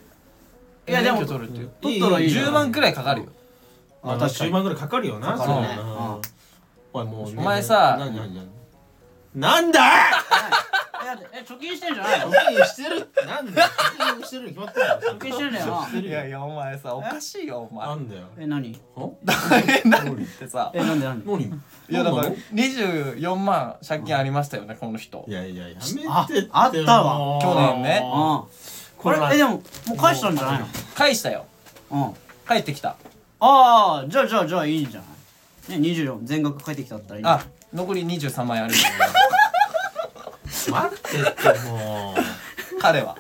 S2: え
S1: いやでも
S2: 免許取るっていう
S1: 取ったらいいじゃん
S2: 10万くらいかかるよ
S1: あ
S4: まあ
S1: 確かに
S4: 10万ぐらいかかるよな
S1: か
S2: かる
S4: う
S2: ね
S4: だ
S1: うん
S4: なおいもうね
S2: お前さ
S4: 何何何なんだ
S1: いやえ貯金してんじゃないの
S4: 貯金してるってなんだよ貯金してるに決まってるよ貯
S1: 金してるよない
S2: やいやお前さおかしいよお
S4: な
S2: 前
S4: んだよ
S1: え何
S2: えなんてさ
S1: えなんでなんで
S4: 何
S2: いやだから
S4: い
S2: 24万借金ありましたよねこの人
S4: やいややめて
S1: あ
S4: って
S1: あったわ
S4: もう
S2: 去年ね
S1: うんこ
S4: これ
S1: れ
S4: は
S1: えでももう返したんじゃないの
S2: 返したよ
S1: うん
S2: 返ってきた
S1: ああじゃあじゃあじゃあいいんじゃないね24全額返ってきたったらいい
S2: あ残り23万円あるよ
S4: 待ってってもう
S2: 彼 は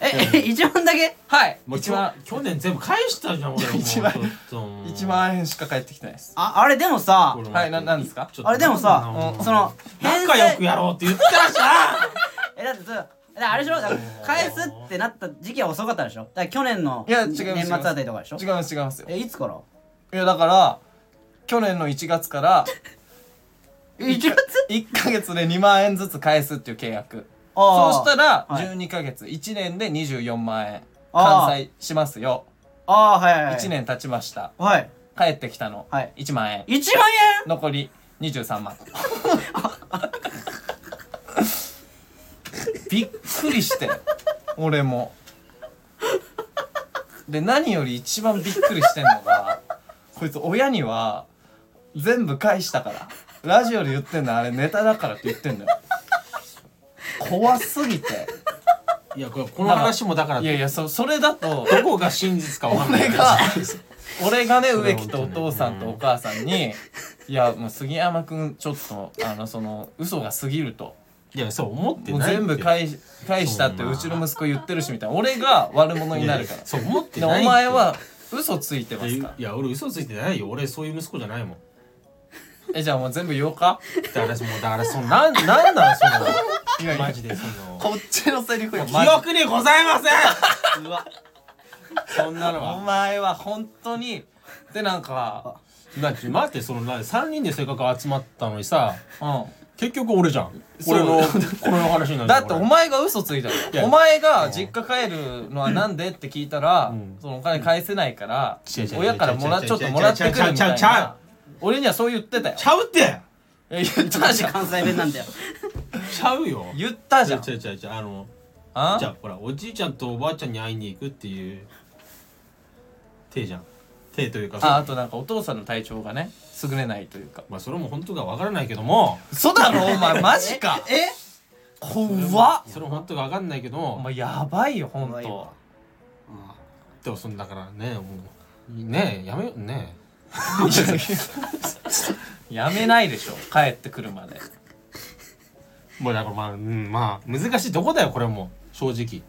S1: ええ 一問だけ
S2: はい
S4: もう
S2: 1万
S4: 去年全部返したじゃん俺もう
S2: 一万
S4: ちょっともう
S2: 1万円しか返ってきてないです
S1: ああれでもさ
S4: これ
S2: はいななんですか
S4: ちょっと
S1: あれでもさ
S4: うん
S1: その返
S4: 仲良く
S1: 済
S4: やろうって言ったじゃん
S1: えだってそうだからあれでしょだから返すってなった時期は遅かったでしょだから去年の
S2: いや違います
S1: 年末あたりとかでしょ
S2: 違います違いますよ
S1: えいつから
S2: いやだから去年の1月 から
S1: 1月
S2: 1ヶ月で2万円ずつ返すっていう契約
S1: あ
S2: そ
S1: あ
S2: うしたら
S1: はい
S2: 12ヶ月1年で24万円
S1: あー
S2: 完済しますよ
S1: ああはいはいはい
S2: 1年経ちました
S1: はい
S2: 帰ってきたの
S1: はい
S2: 1万円
S1: 1万円
S2: 残り23万 びっくりして俺もで何より一番びっくりしてんのがこいつ親には全部返したからラジオで言ってんのあれネタだからって言ってんのよ怖すぎて
S4: いやこれこの話もだから
S2: いやいやそそれだと
S4: どこが真実かわかんない
S2: 俺が 俺がね
S4: それ
S2: 植
S4: は
S2: 木
S4: 本
S2: と
S4: 当
S2: お
S4: に
S2: 父さんとお母さんに「いやもう杉山君ちょっとあのその嘘が過ぎる」と
S4: いやそう思っ
S2: 「
S4: て
S2: もう
S4: ないって
S2: 全部返し返した」って
S4: そう
S2: う
S4: な
S2: ちの息子言ってるしみたいな俺が悪者になるか
S4: いやいや
S2: ら
S4: そう思って
S2: で
S4: ないっ
S2: お
S4: て
S2: 前は嘘ついてますか
S4: いや俺嘘ついてないよ俺そういう息子じゃないもん
S2: えじゃあもう全部言おうか
S4: だからもうだからそのなんなんなんそ
S2: いやい
S4: のマ
S2: や
S4: ジでその
S2: こっちのセリフよマ
S4: 記
S2: ジ
S4: 憶にございませ んうわそんなの
S2: お
S4: は
S2: 前は本当にでなんか
S4: だって待ってそのな3人でせっかく集まったのにさ
S2: うん
S4: 結局俺じゃん
S2: そう
S4: 俺のこの話になる
S2: だってお
S4: お
S2: 前
S4: 前
S2: が嘘ついた
S4: いや
S2: のお前が実家帰るのはなんでって聞いたら、
S4: うん
S2: そのお金返せないから、
S4: 違う違う違う
S2: 親からもら
S4: 違う違う
S2: ちょっともらってくるみ
S4: 違う違
S2: た
S4: う違
S2: い
S4: う違う
S2: な俺にはそう言ってたよ
S4: ちゃうって
S2: え言ったじゃん
S1: 関西弁なんだよ
S4: ちゃうよ
S2: 言った
S4: じ
S2: じゃ
S4: ゃ
S2: ん
S4: ちゃうちゃうちゃうあの
S2: あ
S4: じゃあほらおじいちゃんとおばあちゃんに会いに行くっていう手じゃん手というか
S2: ああとなんかお父さんの体調がね優れないというか
S4: まあそれも本当かわからないけども
S2: 嘘だろお前マジかえ怖っ
S4: それも本当かわかんないけど
S2: お
S4: も
S2: 前やばいよ本
S1: 怖い
S2: 当
S1: わあ
S4: でもそんだからねもうねえやめよね
S2: やめないでしょ帰ってくるまで
S4: えもうだからまあ、うん、まあ難しいとこだよこれも正直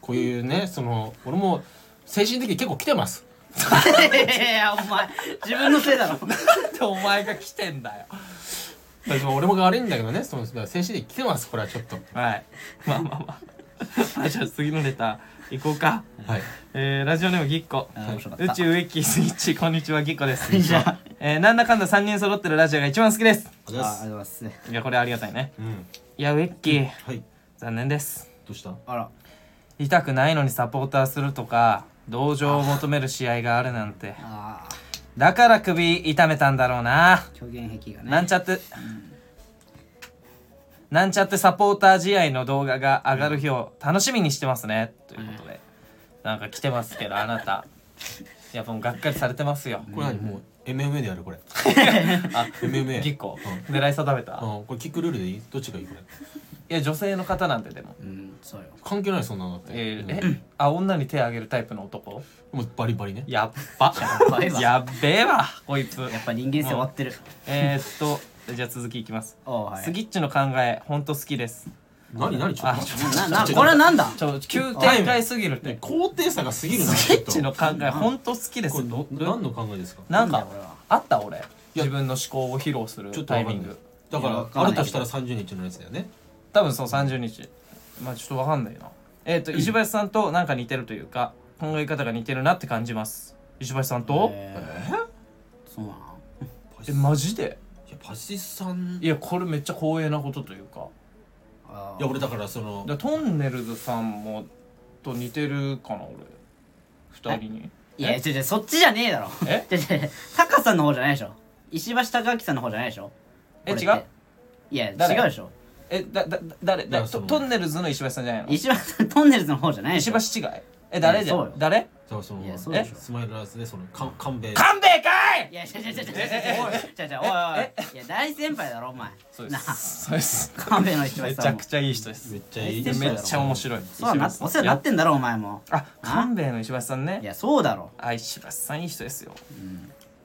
S4: こういうねその俺も精神的に結構来てます
S1: あいやいやお前自分のせいだろ
S2: でお前が来てんだよ
S4: だから俺も悪いんだけどねそのだから精神的に来てますこれはちょっと
S2: はいまあまあまあ あじゃあ次のネタ行こうか
S4: はい
S2: えー、ラジオネームぎっこ
S1: あー面白かっ
S2: 宇
S1: た
S2: 宙ウィッキースイッチこんにちはぎっこです
S1: じゃあ
S2: えー、なんだかんだ3人揃ってるラジオが一番好きです
S4: あ
S1: あありがとうございます
S2: いやこれありがたいね
S4: うん
S2: いやウィッキー
S4: はい
S2: 残念です
S4: どうした
S1: あら
S2: 痛くないのにサポーターするとか同情を求める試合があるなんて
S1: ああ
S2: だから首痛めたんだろうな
S1: 虚言癖がね
S2: なんちゃってなんちゃってサポーター試合の動画が上がる日を楽しみにしてますねということでなんか来てますけどあなたやっぱもうがっかりされてますよ
S4: これ何もう MMA でやるこれ MMA
S2: 結構狙い定めた
S4: うんこれキックルールでいいどっちがいいこれ
S2: いや女性の方なんてでも
S1: うんそうよ
S4: 関係ないそんなのだって、
S2: え
S4: うん
S2: ーえあ女に手あげるタイプの男
S4: もうバリバリね
S2: やっば
S1: ばいわ
S2: やっべえわこいつ
S1: やっぱ人間性終わってる
S2: えーっとじゃあ続きいきます
S1: おうはい
S2: スギッチの考えほんと好きです
S4: 何何ちょっ
S2: あ
S4: と
S2: ち
S4: ち
S2: ょ
S4: ょ
S2: っ
S4: っ
S2: と
S1: ななこれはなんだ
S2: ちょ急展開すぎるっ
S4: とね
S2: て
S4: 高低差が過ぎるな
S2: ス
S4: ち
S2: ギ
S4: ょっ
S2: ッ
S4: と
S2: チの考えほんと好きです
S4: これ
S2: ど
S4: ど何の考えですか
S2: なん
S1: な
S2: か
S1: んだよこれは
S2: あった俺自分の思考を披露する
S4: ちょっ
S2: タ
S4: とわ
S2: イ
S4: か
S2: ミ
S4: ん
S2: ン
S4: ない
S2: グ
S4: だ
S1: いやわ
S4: か
S1: からん
S4: あ
S1: ない
S4: るとしたら30日のやつだよね
S2: 多分そう30日まあちょっとわかんないなえっ、と石橋さんとなんか似てるというか考え方が似てるなって感じます石橋さんとえ
S1: えーそうなの
S2: マジで
S4: いやパシさんい
S2: いやこれめっちゃ光栄なことというか
S1: あー
S4: や俺だからその
S2: だからトンネルズさんもと似てるかな俺二人に
S1: いや違う違うそっ ちじゃねえだろ
S2: え
S1: 違う違うタカさんの方じゃないでしょ石橋貴明さんの方じゃないでしょ
S2: え
S1: 俺って
S2: 違う
S1: いや違
S2: 誰
S1: うでしょ
S2: えだだだ誰
S4: いや
S2: だト
S4: その
S2: トンネルズの石橋さんじゃないの
S1: 石橋さんトンネルズの方じゃないでし
S2: 石
S1: ょ
S2: 橋違いえ誰じゃ
S1: いやそうよ
S2: ん誰
S4: だからその
S1: いやそうでしょ
S4: スマイルラーズでそのか勘弁
S2: 勘弁かい
S1: いや違う違う違う違う違う違う違うおいおいいや大先輩だろお前
S2: そうで
S1: なあ
S2: すそうです
S1: 神戸の石橋
S2: めち
S1: さ
S2: ゃ
S1: んも
S2: くちゃいい人です
S4: めっちゃいい
S1: めっ
S4: 人
S2: め
S4: だ
S2: っ
S4: な
S2: ちゃ面白い
S1: そうなお世話になってんだろお前も
S2: あ勘弁の石橋さんね
S1: いやそうだろ
S2: あ石橋さんいい人ですよ、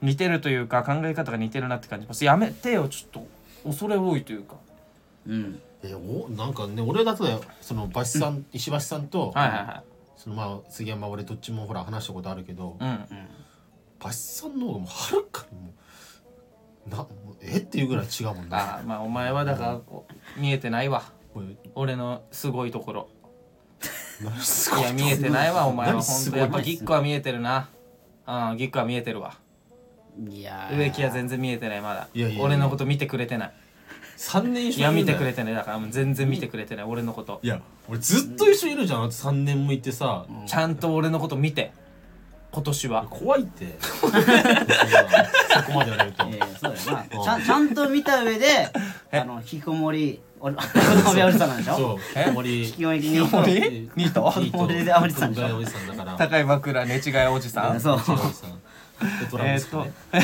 S2: 似てるというか考え方が似てるなって感じますやめてよちょっと恐れ多いというか
S1: うん
S4: えおなんかね俺だとだよその橋さん石橋さんと
S2: はいは
S4: そのまあ杉山俺どっちもほら話したことあるけど
S2: いはいうん
S4: 橋さんの方がもうはるかにもうなもうえっていうぐらい違うもんな
S2: あーまあお前はだからこう見えてないわ
S4: これ
S2: 俺のすごいところ
S4: 何す
S2: いや見えてないわお前は
S4: 何
S2: 本
S4: す
S2: 当
S4: ごい
S2: やっぱギックは見えてるなうんギックは見えてるわ
S1: いやー
S2: 植木は全然見えてないまだ
S4: いやいやいや
S2: 俺のこと見てくれてない
S4: 3年一
S2: い
S4: 緒
S2: や
S4: にい
S2: 見
S4: るんだ
S2: て
S4: よ
S2: くれてないだからもう全然見てくれてない俺のこと
S4: いや俺ずっと一緒にいるじゃんあと3年もいてさ
S2: ちゃんと俺のこと見て今年は
S4: 怖いってそんなそこまでやられると
S1: いやいやそうだよな ちゃんちゃんと見た上であの引きこもり俺小部おじ さんなんでしょ
S4: そう
S2: え
S4: 引きこもり
S1: 引きこもりにこ
S2: り
S4: え
S2: ニート
S4: ニート
S1: これで青森さんでしょ
S4: これで青森さんだ から
S2: 高い枕寝違いおじさん
S1: そう
S4: 青森さんでドラ
S2: え
S4: ム
S2: っ
S4: スコ
S2: と
S4: ね、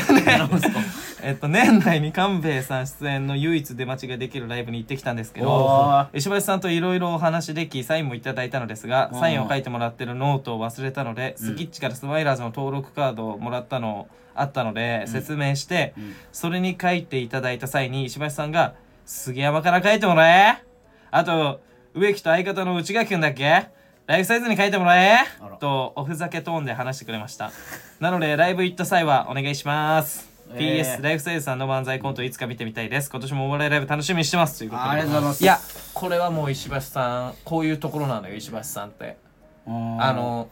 S2: えっと、年内に勘兵衛さん出演の唯一出待ちができるライブに行ってきたんですけ
S1: お
S2: ど
S1: ー
S2: 石橋さんといろいろお話できサインもいただいたのですが
S1: うん
S2: サインを書いてもらってるノートを忘れたので、スキッチからスマイラーズの登録カードをもらったのあったので説明して、それに書いていただいた際に石橋さんが「杉山から書いてもらえ!」あと植木と相方の内垣君だっけライフサイズに書いてもらえ
S1: あら
S2: とおふざけトーンで話してくれましたなのでライブ行った際はお願いします、
S1: え
S2: PS
S1: ー
S2: ライフサイズさんの漫才コントいつか見てみたいです今年もお笑いライブ楽しみにしてますということで
S1: あありがとうございます
S2: いやこれはもう石橋さんこういうところなのよ石橋さんってあ
S1: あ
S2: の、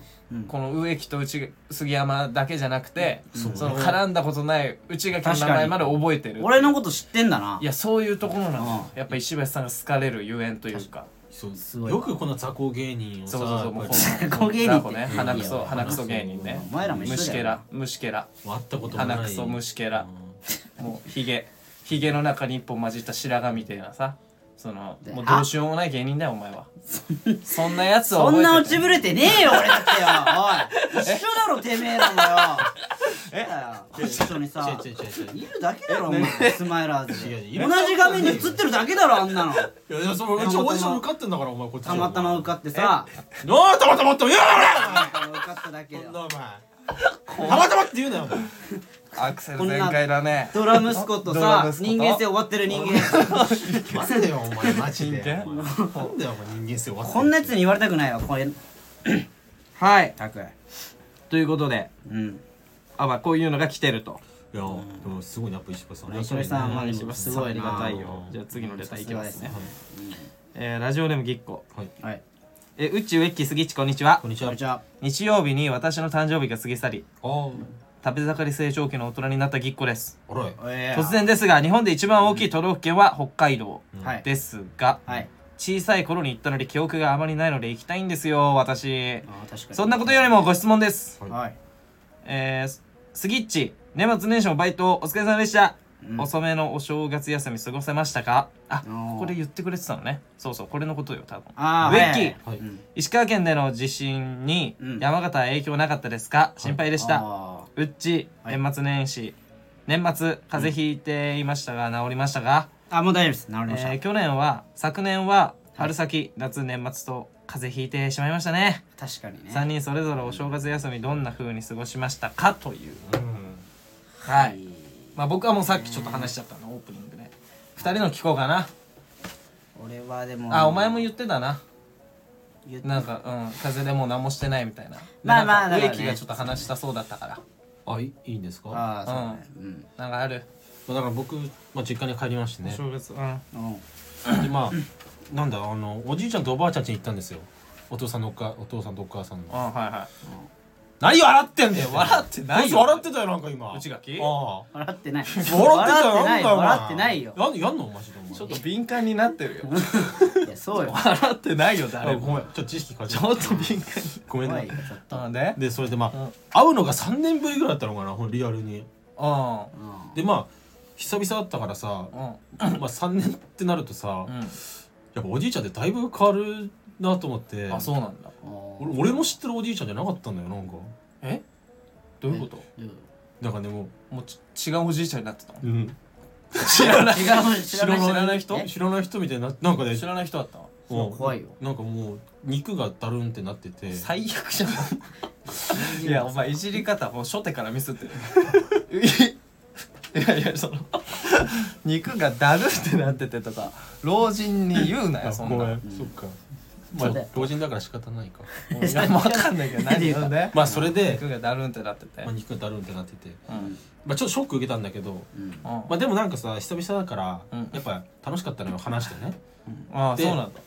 S2: この植木と内杉山だけじゃなくて、
S4: そうね
S2: その絡んだことない内垣の名前まで覚えてる
S1: 俺のこと知ってんだない
S2: やそういうところなの、
S1: うん
S2: やっぱ石橋さんが好かれるゆえんというか
S4: そ
S1: ご
S4: う
S1: い
S4: よくこの雑魚芸人をさ
S2: そうそうそうもう
S4: やっ
S2: こ
S4: ぱり
S2: の
S1: 雑魚芸人って
S2: この雑魚ね鼻くそ鼻くそ芸人ね
S1: お前らも一
S2: 虫
S1: 緒だ
S2: け
S1: よ
S2: ら
S1: な
S2: 虫けら
S4: もう会ったこともない
S2: 鼻くそ虫けらもうひげひげの中に一本混じった白髪みたいなさそのもうどうしようもない芸人だよ お前はそんなやつを
S1: そん
S2: 覚えてて
S1: な落ちぶれてねえよ俺だってよおい一緒だろてめえらもよえ一緒にさ
S4: 違う違う違う違う
S1: いるだけだろお前スマイラーズ
S4: 違う違
S1: で
S4: う
S1: 同じ画面に映ってるだけだろあんなの
S4: いやいやそ
S1: た
S4: れ
S1: ま
S4: うち
S1: たま
S4: オーディション受かってんだからお前こっち
S1: たまたま受
S4: っ
S1: かってさ
S4: てお前たまたまって言うな
S1: たまたま受かっただけ
S4: 俺
S1: だ
S4: こ
S1: よ
S4: んなお前たまたまって言うなよお前
S2: アクセル全開だね
S1: ドラ息子と
S2: ドラ
S1: さ
S2: 息子と
S1: 人間性終わってる人間
S4: マジでよお前マジで
S2: 人間
S4: お前なんだよお前人間性終わってる
S1: こんなやつに言われたくないわこれ
S2: はい
S1: たく
S2: ということで
S1: うん
S2: あまあこういうのが来てると
S4: いやでもすごいねやっぱ石橋さん
S1: 石橋さんは
S2: 石橋
S1: す
S2: さん
S1: ご
S2: あ
S1: い
S2: り
S1: な
S2: がたいよじゃあ次のレターいきますね
S1: さ
S2: えーラジオネームぎっこ
S1: はい
S2: えうっちうえっきすぎっちこんにちは
S4: こんにち
S1: こん
S4: は
S1: にちは
S2: 日曜日に私の誕生日が過ぎ去り
S4: あ
S2: 食べ盛り成長期の大人になったぎっこです
S4: ああら
S2: 突
S1: 突
S2: 然ですが日本で一番大きい都道府県は北海道
S1: はい
S2: ですが、
S1: はい
S2: 小さい頃に行ったので記憶があまりないので行きたいんですよ私
S1: あー確かに
S2: そんなことよりもご質問です
S1: はい
S2: えー、スギッチ年末年始もバイトお疲れ様でした、
S1: うん
S2: 遅めのお正月休み過ごせましたかあ
S1: ー
S2: ここで言ってくれてたのねそうそうこれのことよ多分
S1: あー
S2: ウェッキー
S1: はい
S4: はい
S1: うん
S2: 石川県での地震に
S1: うん
S2: 山形は影響なかったですか、心配でした
S1: あ
S2: うっち
S1: はい
S2: 年末年始、年末風邪ひいていましたが治りましたが、
S1: あもう大丈夫です治りました、
S2: えー去年は昨年は春先、夏年末と風邪ひいてしまいましたね
S1: 確かにね
S2: 3人それぞれお正月休みどんな風に過ごしましたかというはいまあ僕はもうさっきちょっと話しちゃったのオープニングで2人の聞こうかな
S1: 俺はでも
S2: あお前も言ってたな
S1: 言っ
S2: なんかうん風邪でもう何もしてないみたいな
S1: まあまあ
S2: なんか
S1: だからね
S2: 植木がちょっと話したそうだったから
S4: あいいいんですか
S1: ああそうだねうん
S2: なんかある
S4: まあだから僕、まあ、実家に帰りましてね
S2: 正月うん
S1: うん
S4: でまあなんだあのおじいちゃんとおばあちゃん家に行ったんですよお父さんのおかお父さんとお母さんの
S2: あはいは
S4: 何笑ってんだよ
S2: い笑って
S4: な
S2: ないい
S4: よ笑ってたよなんか今
S2: 内垣
S4: あ
S1: 笑ってない
S4: あ笑ってたよなんだよお前
S1: 笑ってないよ
S4: やんやんのマジでお前
S2: ちょっと敏感になってるよ
S1: いやそうよ
S2: 笑ってないよ
S4: あ
S2: 誰
S4: ご
S2: も
S4: めんちょっと知識変え
S2: ちょっと敏感に
S4: ごめん
S1: 怖
S4: ね
S1: いよちょっと
S2: なんで
S4: でそれでまあ、
S2: うん
S4: 会うのが3年ぶりぐらいだったのかなほんリアルに
S2: う
S1: う
S2: ん
S1: ん
S4: でまあ久々だったからさ、
S2: うん
S4: まあ3年ってなるとさ、
S2: う
S4: やっ
S2: ん
S4: ぱおじいちゃんってだいぶ変わるなと思って
S2: あそうなんだ
S1: お
S4: 俺俺の知ってるおじいちゃんじゃなかったんだよなんか
S2: えどういうこと
S1: ー
S4: だからねも
S2: もうち違うおじいちゃんになってたの
S4: う、うん、
S2: 知らない
S1: 違う知らない
S2: 知らない人
S1: え
S4: 知らない人みたいにななんかね
S2: 知らない人だったの
S1: そう怖いよ
S4: なんかもう肉がだるんってなってて
S2: 最悪 じゃんいやお前いじり方もう初手からミスって るいやいやその肉がだるってなっててとか老人に言うな
S4: あ
S2: よそんな
S4: ごめ
S2: も
S4: んそっか
S1: そう
S4: ま
S1: だ
S4: あ
S1: よ
S4: 老人だから仕方ないか
S2: ういやわかんないけど何言うんで
S4: まあそれで、
S2: 肉がだるんってなってて
S4: まあ、肉がだるんってなってて
S2: うんうん
S4: まあちょっとショック受けたんだけどまあでもなんかさ久々だから、
S2: うん
S4: やっぱ楽しかったのよ話してね
S2: ああ
S4: で
S2: そうなんだ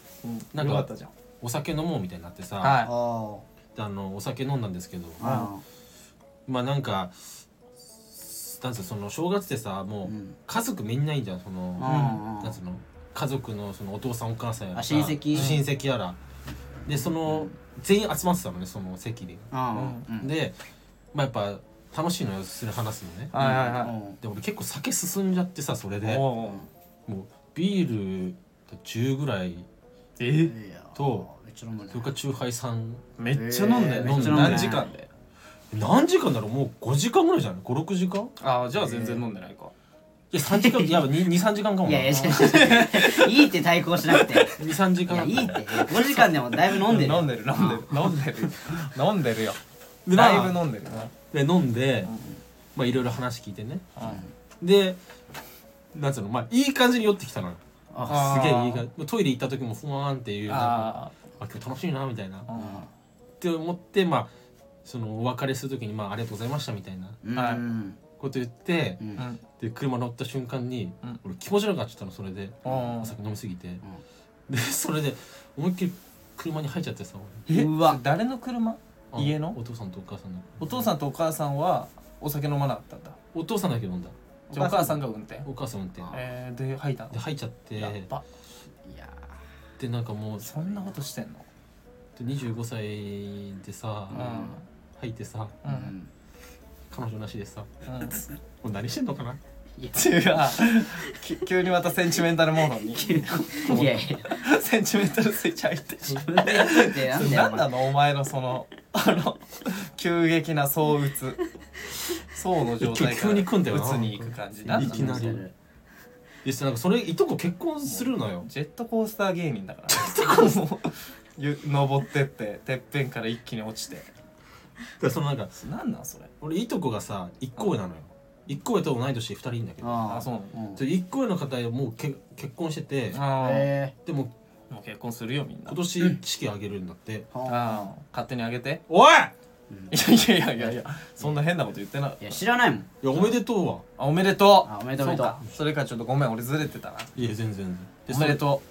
S2: な
S4: な
S2: んん
S4: か
S2: かよかったじゃん
S4: お酒飲もうみたいになってさ、
S1: あ
S2: は
S1: ー
S4: であのお酒飲んだんですけど、
S1: あ
S4: まあなんかなんつうのその正月ってさもう家族みんないんじゃんその、
S1: うん
S4: なんつうの家族のそのお父さんお母さんやら
S1: あ親戚
S4: 親戚やらでその、全員集まってたのねその席に、
S1: ああうん
S4: でまあやっぱ楽しいのよする話すのね
S2: いはいはいは
S1: う
S4: で俺結構酒進んじゃってさそれ
S2: い
S4: でも
S2: おうおう
S4: うビールと10ぐらい
S2: え
S1: んいや
S4: と
S1: めっちゃ飲むね
S4: それからチューハイ3
S2: めっちゃ飲んで
S1: えー
S2: る
S1: めっ
S4: ちゃ飲んでる
S2: 何時間で
S4: 何時間だろうもう5時間ぐらいじゃない56時間
S2: ああじゃあ全然飲んでないか
S4: いや3時 間いや23時間かも
S1: いやいや違う違ういいって対抗しなくてい
S4: 23時間
S1: やいいって5時間でもだいぶ飲んでる
S2: 飲んでる飲んでる飲んでる飲んでるよ
S4: で
S2: だいぶ飲んでるな
S4: で飲んで、まあいろいろ話聞いてねでなんつうのまあいい感じに酔ってきたのよ
S2: あ
S4: す
S2: ー
S4: げえいい感じトイレ行った時もふわーんっていうなんか
S2: あ
S4: あ今日楽しいなみたいなっ
S2: あ
S4: て思ってまあそのお別れする時にまあありがとうございましたみたいな
S1: うん
S2: はい
S1: うん
S4: こと言って、
S1: うん
S2: うん
S4: で車乗った瞬間に、
S2: うん
S4: 俺気持ち悪くなっちゃったのそれで、
S2: うん
S4: お酒飲みすぎて、でそれで思いっきり車に入っちゃってさ
S1: うわ
S2: 誰の車
S4: 俺
S2: 家
S4: あ
S2: の
S4: お父さんとお母さんの
S2: お父さんとお母さんはお酒飲まなかったんだ
S4: お父さんだけ飲んだ
S2: じゃあお母さんが運転
S4: お母さん運転
S2: えーで吐いたの
S4: で入っちゃって
S2: やっぱ
S1: いや
S4: でなんかもう
S2: そんなことしてんの
S4: 25歳でさ、
S2: う
S4: 入ってさ
S2: んう
S1: ーうんん
S4: 彼女なしでさ
S2: うん
S4: もう何してんのかない
S1: や
S2: 違うき 急にまたセンチメンタルモードに
S1: いやいや
S2: センチメンタルスイッチ入ってし
S1: 自分でやっといてなんだよ
S2: 何なのお前のそのあの急激な躁うつ躁の状態から
S4: 急に来んだよな
S2: 鬱に行く感じ
S1: お前
S2: 何
S4: いきなりでさなんかそれいとこ結婚するのよ
S2: ジェットコースター芸人だからジェットコースターゆ 登ってっててっぺんから一気に落ちて
S4: でそのなんか
S2: 何なんそれ
S4: 俺いとこがさ1個上なのよ1個上と同い年2人いんだけど
S1: あ
S2: あ
S1: あ
S2: そう
S1: う
S2: なの
S1: ん
S4: で1個上の方はもうけ結婚してて
S2: あー
S1: へえ
S4: でも
S2: もう結婚するよみんな
S4: 今年式あげるんだって、
S2: あー勝手にあげて
S4: おい
S2: いやいやいやいやそんな変なこと言ってない
S1: いや知らないもん
S4: いやおめでとうわ
S2: あおめでとう
S1: あおめでとうおめでとう
S2: そうかそれからちょっとごめん俺ずれてたない
S4: や全然
S2: おめでと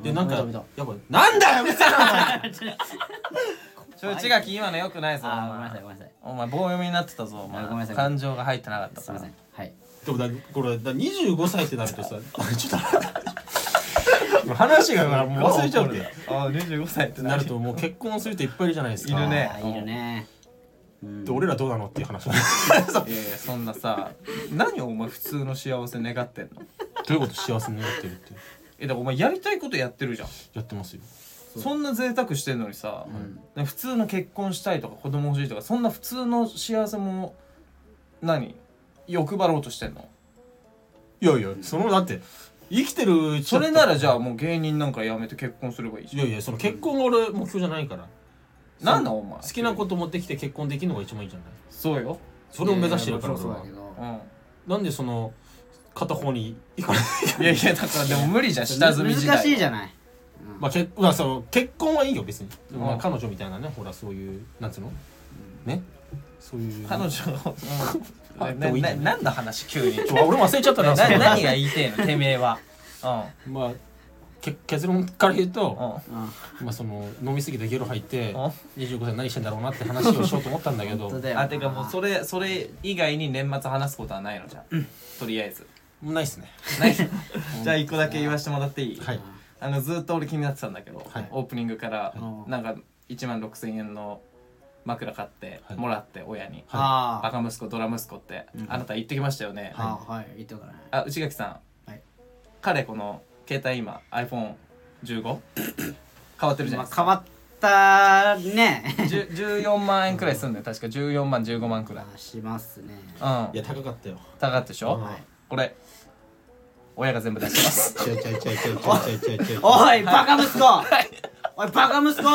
S4: うでなんか
S1: おめでとう
S4: やっぱなんだようるせえな
S2: うちょちがき今のよくないぞお
S1: あーごめんなさい
S2: 前
S1: ごめんなさい
S2: お前棒読みになってたぞお
S1: あごめんな
S2: 前
S1: さい
S2: 感情が入ってなかった
S1: すい
S2: か
S1: ま
S2: ら
S1: せんはい
S4: でもだこれだ25歳ってなるとさちょっと話がもう忘れちゃうって
S2: あー25歳って
S4: なるともう結婚する人いっぱいいるじゃないですか
S2: いるね
S1: あーいるね
S4: で俺らどうなのっていう話ど
S2: いやいやそんなさ何をお前普通の幸せ願ってんの
S4: ういうこと幸せになってるって
S2: えだからお前やりたいことやってるじゃん
S4: やってますよ
S2: そんな贅沢してんのにさ、ね普通の結婚したいとか子供欲しいとかそんな普通の幸せも何欲張ろうとしてんの
S4: いやいやそのだって生きてるうちだ
S2: そ
S4: った
S2: れ
S4: ら
S2: ならじゃあもう芸人なんかやめて結婚すればいい
S4: い
S2: じゃ
S4: やいやその結婚が俺目標じゃないから
S2: んなんだお前
S4: 好きなこと持ってきて結婚できるのが一番いいじゃない
S2: そうよ
S4: それを目指してるから
S3: いやい
S4: 俺
S3: やま
S4: は
S3: あそうだけど
S2: うん
S4: なんでその片方に行かない
S2: いやいやだからでも無理じゃん下積み時代
S1: 難しいじゃない
S4: まあけまあその結婚はいいよ別に、
S2: うん
S4: まあ、彼女みたいなねほらそういうなんつうのねそういう
S2: 彼
S4: あ
S2: 女
S4: でもいい
S2: なな
S4: ね
S2: 何の話急に
S4: ちょ俺も忘れちゃった
S2: な
S4: なそ れ
S2: 何が言いてえのてめえはう
S4: まあけ結論から言うと、
S2: んうん
S4: まあその飲み過ぎてゲロ吐いて
S2: ん
S4: 25歳何してんだろうなって話をしようと思ったんだけど
S1: 本当だよ
S2: あてかもうそれそれ以外に年末話すことはないのじゃあとりあえず
S4: ないっすね
S2: ないじゃあ一個だけ言わせてもらっていい
S4: はい
S2: あのずっと俺気になってたんだけど、
S4: はい
S2: オープニングから
S1: うん
S2: なんか1万6000円の枕買って
S4: はい
S2: もらって親に、
S1: あ
S2: バカ息子ドラ息子って、あなた言ってきましたよね、
S1: ああはい言ってからない
S2: あ内垣さん、
S1: はい
S2: 彼この携帯今 iPhone15 変わってるじゃ
S1: ま
S2: な
S1: あ
S2: いですか、
S1: 変わったね
S2: じゅ14万円くらいすんだよ確か14万15万くらい
S1: あしますね
S2: うん
S4: や高かったよ
S2: 高かったでしょ、
S1: はい
S2: これ親が全部出してます
S3: ちょいちょいちょいちょいちょいちょいちょいちょい
S1: おいバカ息子おいバカ息子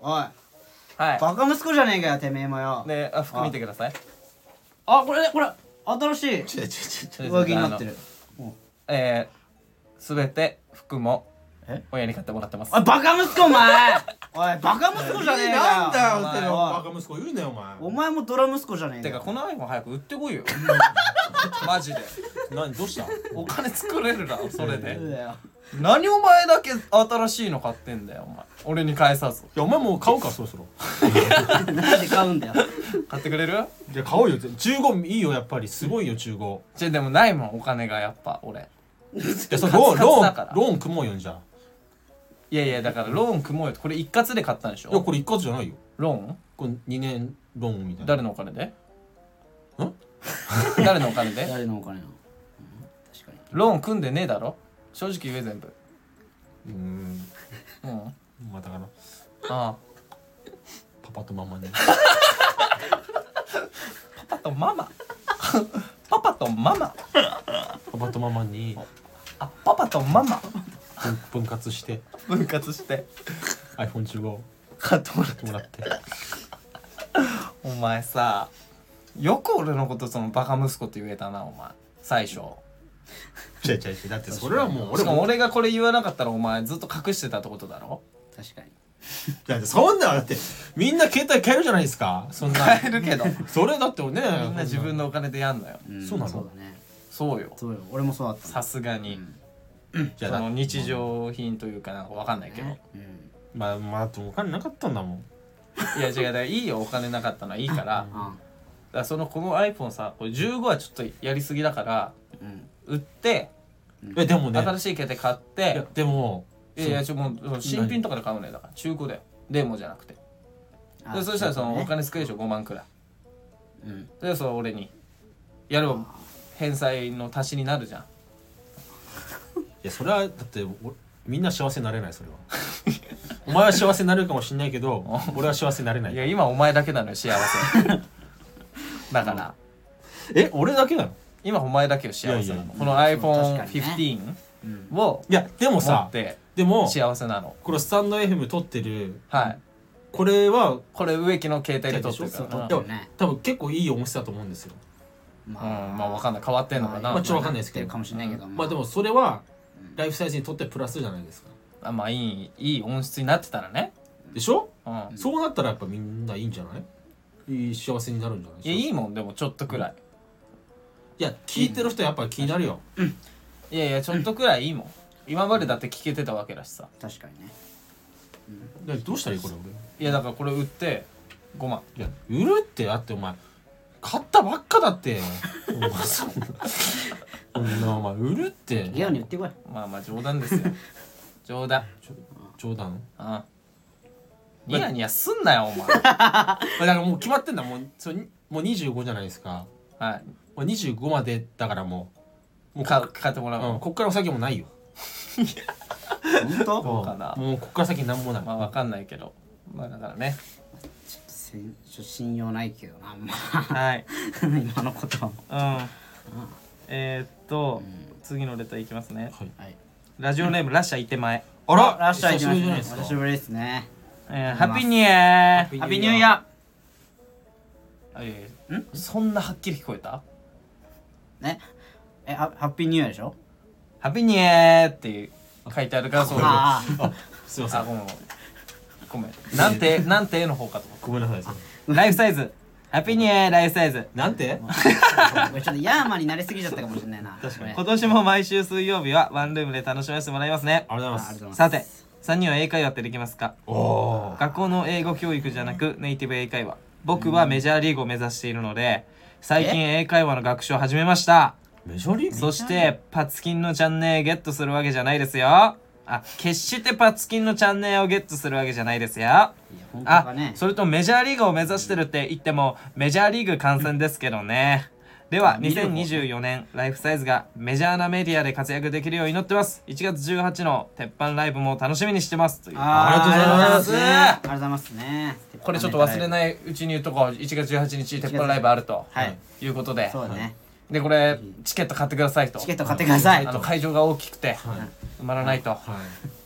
S1: おい
S2: はい
S1: バカ息子じゃねえかよてめえもよ
S2: であ服見てください
S1: あこれこれ新しい
S3: ちょいちょいちょい
S1: 上着になってる
S2: えー、全て服も
S1: え
S2: 親に買ってもらってます
S1: おいバカ息子お前おいバカ息子じゃねえかよ
S3: なんだよ
S2: てめえ
S4: バカ息子言うなよお前
S1: お前もドラ息子じゃねえか
S2: て
S1: よ
S2: かこの iPhone 早く売って こいよマジで
S4: 何どうした
S2: お金作れるだろそ れで
S1: そうだよ
S2: 何お前だけ新しいの買ってんだよお前俺に返さず
S4: いやお前もう買おうかそろそろ
S1: なんで買うんだよ
S2: 買ってくれる
S4: じゃ買おうよ中5いいよやっぱりすごいよ中5
S2: ちょでもないもんお金がやっぱ俺
S4: いやそれロ
S2: カ
S4: ーン
S2: ツカツ
S4: ロ
S2: だから
S4: ーンローン組もうよじゃあ
S2: いやいやだからローン組もうよってこれ一括で買ったんでし
S4: いや
S2: ょ
S4: これ一括じゃないよ
S2: ロー
S4: これ2年ローンみたい
S2: ン
S4: な
S2: 誰のお金で
S4: ん
S2: 誰のお金で
S1: 誰のお金なの確かに
S2: ローン組んでねえだろ正直言え全部
S4: うーん
S2: うんあ
S4: またかな
S2: あ
S4: パパとママに
S2: パパとママ パパとママ
S4: パパとママに
S2: あパパとママ
S4: 分分割して
S2: 分割して
S4: iPhone15 を
S2: 買ってもらっ
S4: 買ってもらって
S2: お前さよく俺のことそのバカ息子って言えたなお前最初
S4: 違う違う違うだってそれはもう
S2: し
S4: 俺
S2: かも
S4: も
S2: 俺がこれ言わなかったらお前ずっと隠してたってことだろ
S1: 確かに
S4: だってそんなだってみんな携帯変えるじゃないですかそんな
S2: 変えるけどみ
S4: それだってねみん
S2: んな自分のお金でやんのよ
S1: うん
S4: そうなの
S1: そうだね
S2: そうよ
S1: そうよ俺もそうだった
S2: さ
S1: の
S2: すがに、
S4: じゃ
S2: そ
S4: あ
S2: の日常品というかなんかわかんないけど、
S1: ねうん
S4: まあまあだってお金なかったんだもん
S2: いや違うだからいいよお金なかったのはいいからだか
S1: あ
S2: らそのこの iPhone さこれ15はちょっとやりすぎだから
S1: うん
S2: 売って、
S4: えでもね
S2: 新しい携帯買っ
S4: いや
S2: て
S4: でも
S2: いやいやちょもう新品とかで買うねだから中古だよデモじゃなくて
S1: あ
S2: でそしたらそのお
S1: うだね
S2: 金少ないでしょ5万くらい
S1: うん
S2: でそれ俺にやれば返済の足しになるじゃん
S4: いやそれはだっておみんな幸せになれないそれは お前は幸せになれるかもしんない けど俺は幸せになれないい
S2: や今お前だけなのよ幸せ だから
S4: え俺だけなの
S2: 今お前だけよ幸せない
S4: やい
S2: の
S4: や
S2: この
S1: 確かに
S2: iPhone15 を
S4: いやでも
S2: 持
S4: さ
S2: って
S4: でも
S2: 幸せなの
S4: これスタンド FM 撮ってる
S2: はい
S4: これは
S2: これ植木の携帯で撮ってるからな
S4: でも
S1: ね
S4: 多分結構いい重さだと思うんですよ
S2: うんまあわかんない変わってんのか
S4: まあ
S2: な
S4: ちょっとわかんないですけど
S1: やってるかもしれないけど
S4: まあでもそれはライフサイズにとってプラスじゃないですか
S2: あまあいいいい音質になってたらね
S4: でしょ
S2: うん
S4: そうなったらやっぱみんないいんじゃないいい幸せになるんじゃない
S2: いやいいもんでもちょっとくらい
S4: いや聞いてる人やっぱ気になるよ
S2: いやいやちょっとくらいいいもん今までだって聞けてたわけだしさ
S1: 確かにね
S4: だからどうしたらいいこれ
S2: いやだからこれ売って5万
S4: 俺いや売るってだってお前買ったばっかだ ってお前そんなそんなお前売るって
S1: ゲオに言ってこい
S2: まあまあ冗談 ですよ冗談
S4: ちょ冗談
S2: うんニヤニヤすんなよお前
S4: まあだからもう決まってんだもうそうにもう25じゃないですか
S2: は
S4: もう25までだからも
S2: いか買ってもら
S4: う、
S2: おう、
S4: うん、こっから先もないよ
S1: 本当
S2: うかな
S4: もうこっから先なんもない、
S2: まあわかんないけどまあだからね
S1: せんちょ信用ないけどな、まあ、
S2: はい。
S1: 今のことは
S2: うん。えー、っと、次のレターいきますね。
S4: はい
S1: はい
S2: ラジオネーム、ラッシャーいて前。
S4: あら
S1: ラッシャー行きまし
S4: 久しぶ
S1: たね
S4: りじゃないですか
S1: 久しぶりですね
S2: えー、
S1: あ
S2: ハ
S1: りがとうございます
S2: ッピーニューイヤー
S1: ハッピーニューイヤ
S2: あいやいや
S1: ん
S2: そんなはっきり聞こえた
S1: ーねえあハッピーニューイヤーでしょ
S2: ハッピーニューイヤーっていう書いてあるからそうあ
S1: ああ
S4: すいませ
S2: あ
S4: ん
S2: ごめんごめんごめん なんてなんての方かと思っ
S4: ごめんなさいそれ
S2: たライフサイズハッピーニューイヤーライフサイズ
S4: なんて
S1: 俺ちょっとヤーマンになりすぎちゃったかもしれないな確か
S2: 今年も毎週水曜日はワンルームで楽しませてもらいますね
S4: ありがとうございま
S1: ありがとうござ
S4: す
S1: います
S2: さて3人は英会話ってできますか
S4: おおー
S2: 学校の英語教育じゃなくネイティブ英会話僕はメジャーリーグを目指しているので最近英会話の学習を始めました
S4: メジャーリーグ
S2: そしてパツキンのチャンネルゲットするわけじゃないですよあ決してパツキンのチャンネルをゲットするわけじゃないですよ
S1: いや本当
S2: あ
S1: かね
S2: それとメジャーリーグを目指してるって言ってもメジャーリーグ観戦ですけどねでは
S1: 見る方ね
S2: 2024年ライフサイズがメジャーなメディアで活躍できるように祈ってます1月18の鉄板ライブも楽しみにしてますという
S1: あー
S4: ありがとうございます
S1: ありがとうございますね
S2: これちょっと忘れないうちに言うとこう1月18日鉄板ライブあると
S1: はい
S2: いうことで、
S1: そうだね
S2: でこれチケット買ってくださいと
S1: チケット買ってください
S2: あの会場が大きくて埋まらないと、
S4: は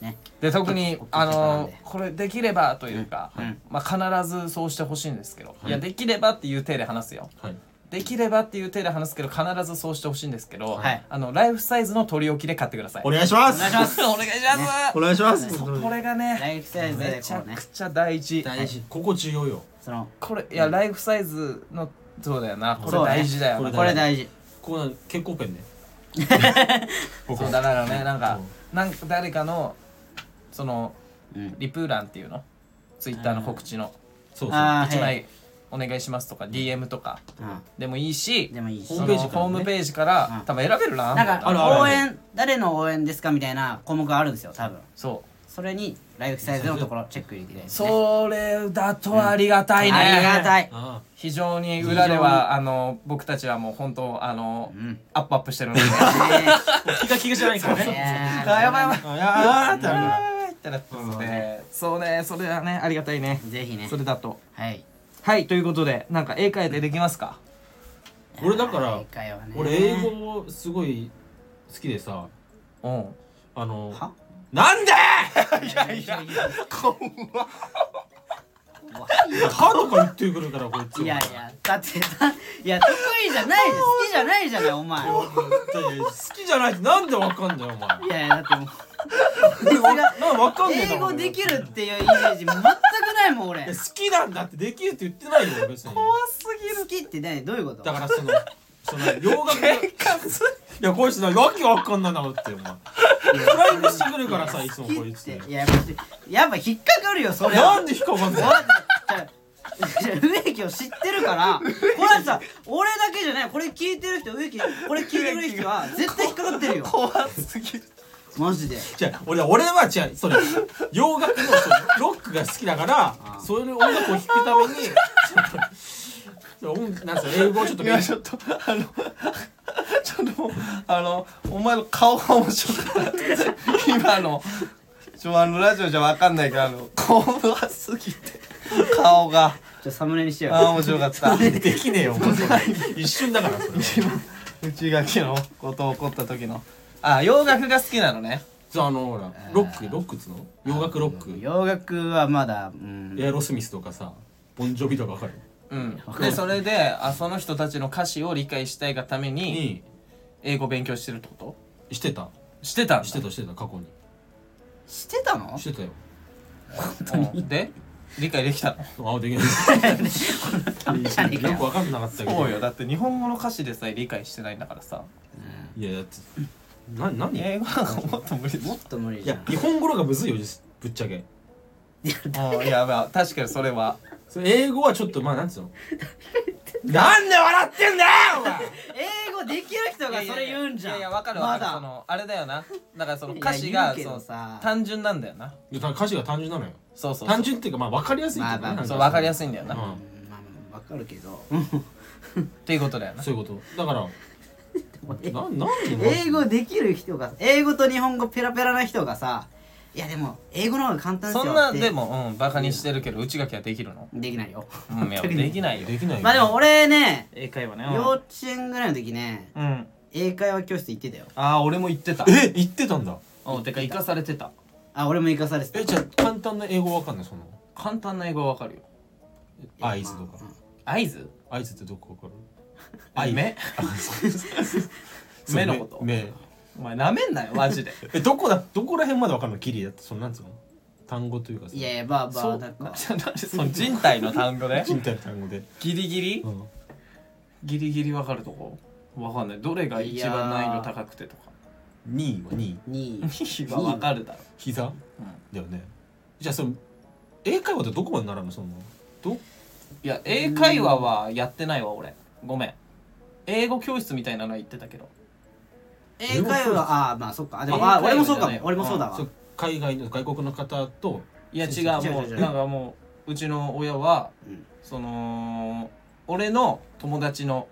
S4: い
S1: ね
S2: で特
S1: 大
S2: に
S1: きい
S2: あ
S1: なん
S2: の
S1: で
S2: これできればというか、
S1: うん
S2: まあ、必ずそうしてほしいんですけど、い、やできればっていう手で話すよ
S4: はい
S2: できればっていう手で話すけど必ずそうしてほしいんですけど、
S1: はい
S2: あのライフサイズの取り置きで買ってください
S4: お願いしま
S1: お
S4: す
S1: 願いします
S2: お願いします
S4: お願いします
S2: これがね
S1: ライフサイズ
S2: め
S1: で
S2: ちゃ
S1: こうね
S2: くちゃ大事
S3: 大事
S4: ここ重要よ
S1: その
S2: これいやライフサイズのそうだよなこれ
S1: そうね
S2: 大事だよな
S4: これ
S1: これ大事
S4: こうなん蛍光ペンねここ
S2: そうだからねなんか
S4: そ
S2: なんか誰かのその
S1: うん
S2: リプ欄っていうのツイッターの告知の
S4: そうそう
S1: ああ
S2: 1
S1: はい
S2: 枚お願いしますとか DM とか
S1: う
S2: でもいいし
S1: んでもいいし
S4: ホー
S2: そ
S4: ム
S2: の
S4: ページか
S2: ホ
S4: らね
S2: ームページから多分選べる
S1: な
S2: な
S1: ん
S4: あるあ
S1: か
S4: る
S1: 応援誰の応援ですかみたいな項目があるんですよ多分
S2: そ
S1: それにライフサイズのところチェック入れて
S2: う
S1: ですね
S2: それだとありがたいね
S1: ありがた
S2: い
S1: い
S4: あ
S2: 非常に裏ではあの僕たちはもう本当あの
S1: うん
S2: アップアップ してるので
S4: あ気が気がじゃないから
S1: ね
S4: ね
S1: え
S2: あやばいやばい
S4: あやーってなるから
S2: あーってなってますねそうねそれはねありがたいね
S1: ぜひね
S2: それだと
S1: はい
S2: はいということでなんか英会話でできますか
S4: 俺だから
S1: 英会話ね
S4: 俺英語すごい好きでさ
S2: うん
S4: あの
S1: は
S4: なんで
S1: いやいやい や
S4: 歯とか言ってくるからこいつ
S1: いやいやだってだいや得意じゃないじゃん好きじゃないじゃないお前
S4: いやいや好きじゃないってなんでわかんだよお前
S1: いやいやだってもう
S4: なんわかんねえだ
S1: 英
S4: ろ
S1: 語できるっていうイメージ全くないもん俺
S4: いや好きなんだってできるって言ってないよ別
S2: す
S4: に
S1: 好きってねどういうこと
S4: だからそのその洋楽がいやこいつなわけわかんないなってお前フライングしてくるからさいつも
S1: 好き
S4: こい
S1: っ
S4: つ
S1: ていややっぱしやっぱ引っかかるよそれ
S4: な
S1: は
S4: んで引っかか ん
S1: じ
S4: ない
S1: ゃあじゃあ植木を知ってるからこれさ俺だけじゃないこれ聞いてる人植木これ聞いてくれる人 は絶対引っかかってるよ
S2: 怖すぎる
S1: マジで
S4: じゃ俺俺は違うそれ洋楽のそのロックが好きだからそういう音楽を弾くためにちょっと音なんすか英語をちょっと
S2: い
S4: 見る
S2: やちょっとあのちょっともうあのお前の顔が面白かった今のちょあのラジオじゃわかんないけどあの怖すぎて顔が
S1: ちょサムネにしてよ
S2: あー面白かった
S4: できねえよお前一瞬だからそれ
S2: 内垣のことを怒った時のあ洋楽が好きなのね
S4: そうあのほらロックロックっつうの洋楽ロック
S1: 洋楽はまだうん
S4: エアロスミスとかさボンジョビとかわかる
S2: うんでそれであその人たちの歌詞を理解したいがために
S4: に
S2: 英語勉強してるってこと
S4: してた
S2: してたんだ
S4: してたしてた過去に
S1: してたの
S4: してたよ
S2: うんで理解できたの
S4: あできない
S1: ダメじゃねえか
S4: よく
S1: よ
S4: わかんなかったけど
S2: そうよだって日本語の歌詞でさえ理解してないんだからさ
S4: いやだってな何い
S2: 英語なんかもっと無理でし
S1: もっと無理じゃ
S4: や
S1: ん
S4: 日本語の方がむずいよ実ぶっちゃけ
S2: ょうんいやまあ確かにそれは
S4: それ英語はちょっとまあなんつうのなんで笑ってんだよお前
S1: 英語できる人がそれ言うんじゃん
S2: いやいやわかるわ
S1: ま
S2: かるそ
S1: だ
S2: のあれだよなだからその
S1: いや
S2: 歌詞
S1: 言
S2: が
S1: うけ
S2: そ
S1: ど
S2: の
S1: さ
S2: 単純なんだよない
S4: や歌詞が単純なのよ
S2: そうそうそう
S4: 単純っていうかまあ分かりやすいって
S1: まあ
S4: いうかね
S1: ま
S4: な
S1: あ
S4: ん
S2: そうわかりや
S4: い
S2: すいんだよな、っ
S1: まあまあわかるけど
S2: ていうことだよな
S4: そういうことだからななんで
S1: 英語できる人が英語と日本語ペラペラな人がさいやでも英語の方が簡単ですよ
S2: そんな
S1: って
S2: でもうんバカにしてるけど内垣はでき るの
S1: できないよ
S2: うんいやできないよ
S4: できないよ
S1: まあでも俺ね
S2: 英会話ね
S1: 幼稚園ぐらいの時ね
S2: うん
S1: 英会話教室行ってたよ
S2: ああ俺も言ってた
S4: え言ってたんだ
S2: うんてか生かされてた
S1: あ俺も行かされてた
S4: えじゃあ簡単な英語わかんないその
S2: 簡単な英語はわかるよ
S4: 合図とか
S2: 合図
S4: 合図ってどこわかる
S2: 目
S4: そう
S2: 目のこと
S4: 目目
S2: お前なめんなよマジで
S4: えどこだどこら辺までわかるのキリだってそのなんつうの単語というかさ
S1: いやいやばあば
S2: そ
S1: あ
S2: う
S1: だ から
S2: その人体の単語ね
S4: 人体の単語で
S2: ギリギリ
S4: うん
S2: ギリギリわかるとこわかんないどれが一番難易度高くてとか
S4: 2位は2位
S1: に
S2: 2はわかるだろ
S4: 膝、だよねじゃあその英会話ってどこまで習うのそのど
S2: いや英会話はやってないわ俺ごめん英語教室みたいなのは言ってたけど
S1: 英会話ああまあそっかあでも
S2: 英会話
S1: あ俺もそうか
S2: じゃない
S1: も
S2: よ
S1: 俺もそうだわ
S4: そう海外の外国の方と
S2: いや違
S4: 違
S2: う
S1: う
S2: もう
S1: 違う違う
S2: なんかもううちの親は、
S1: うん
S2: その俺の友達の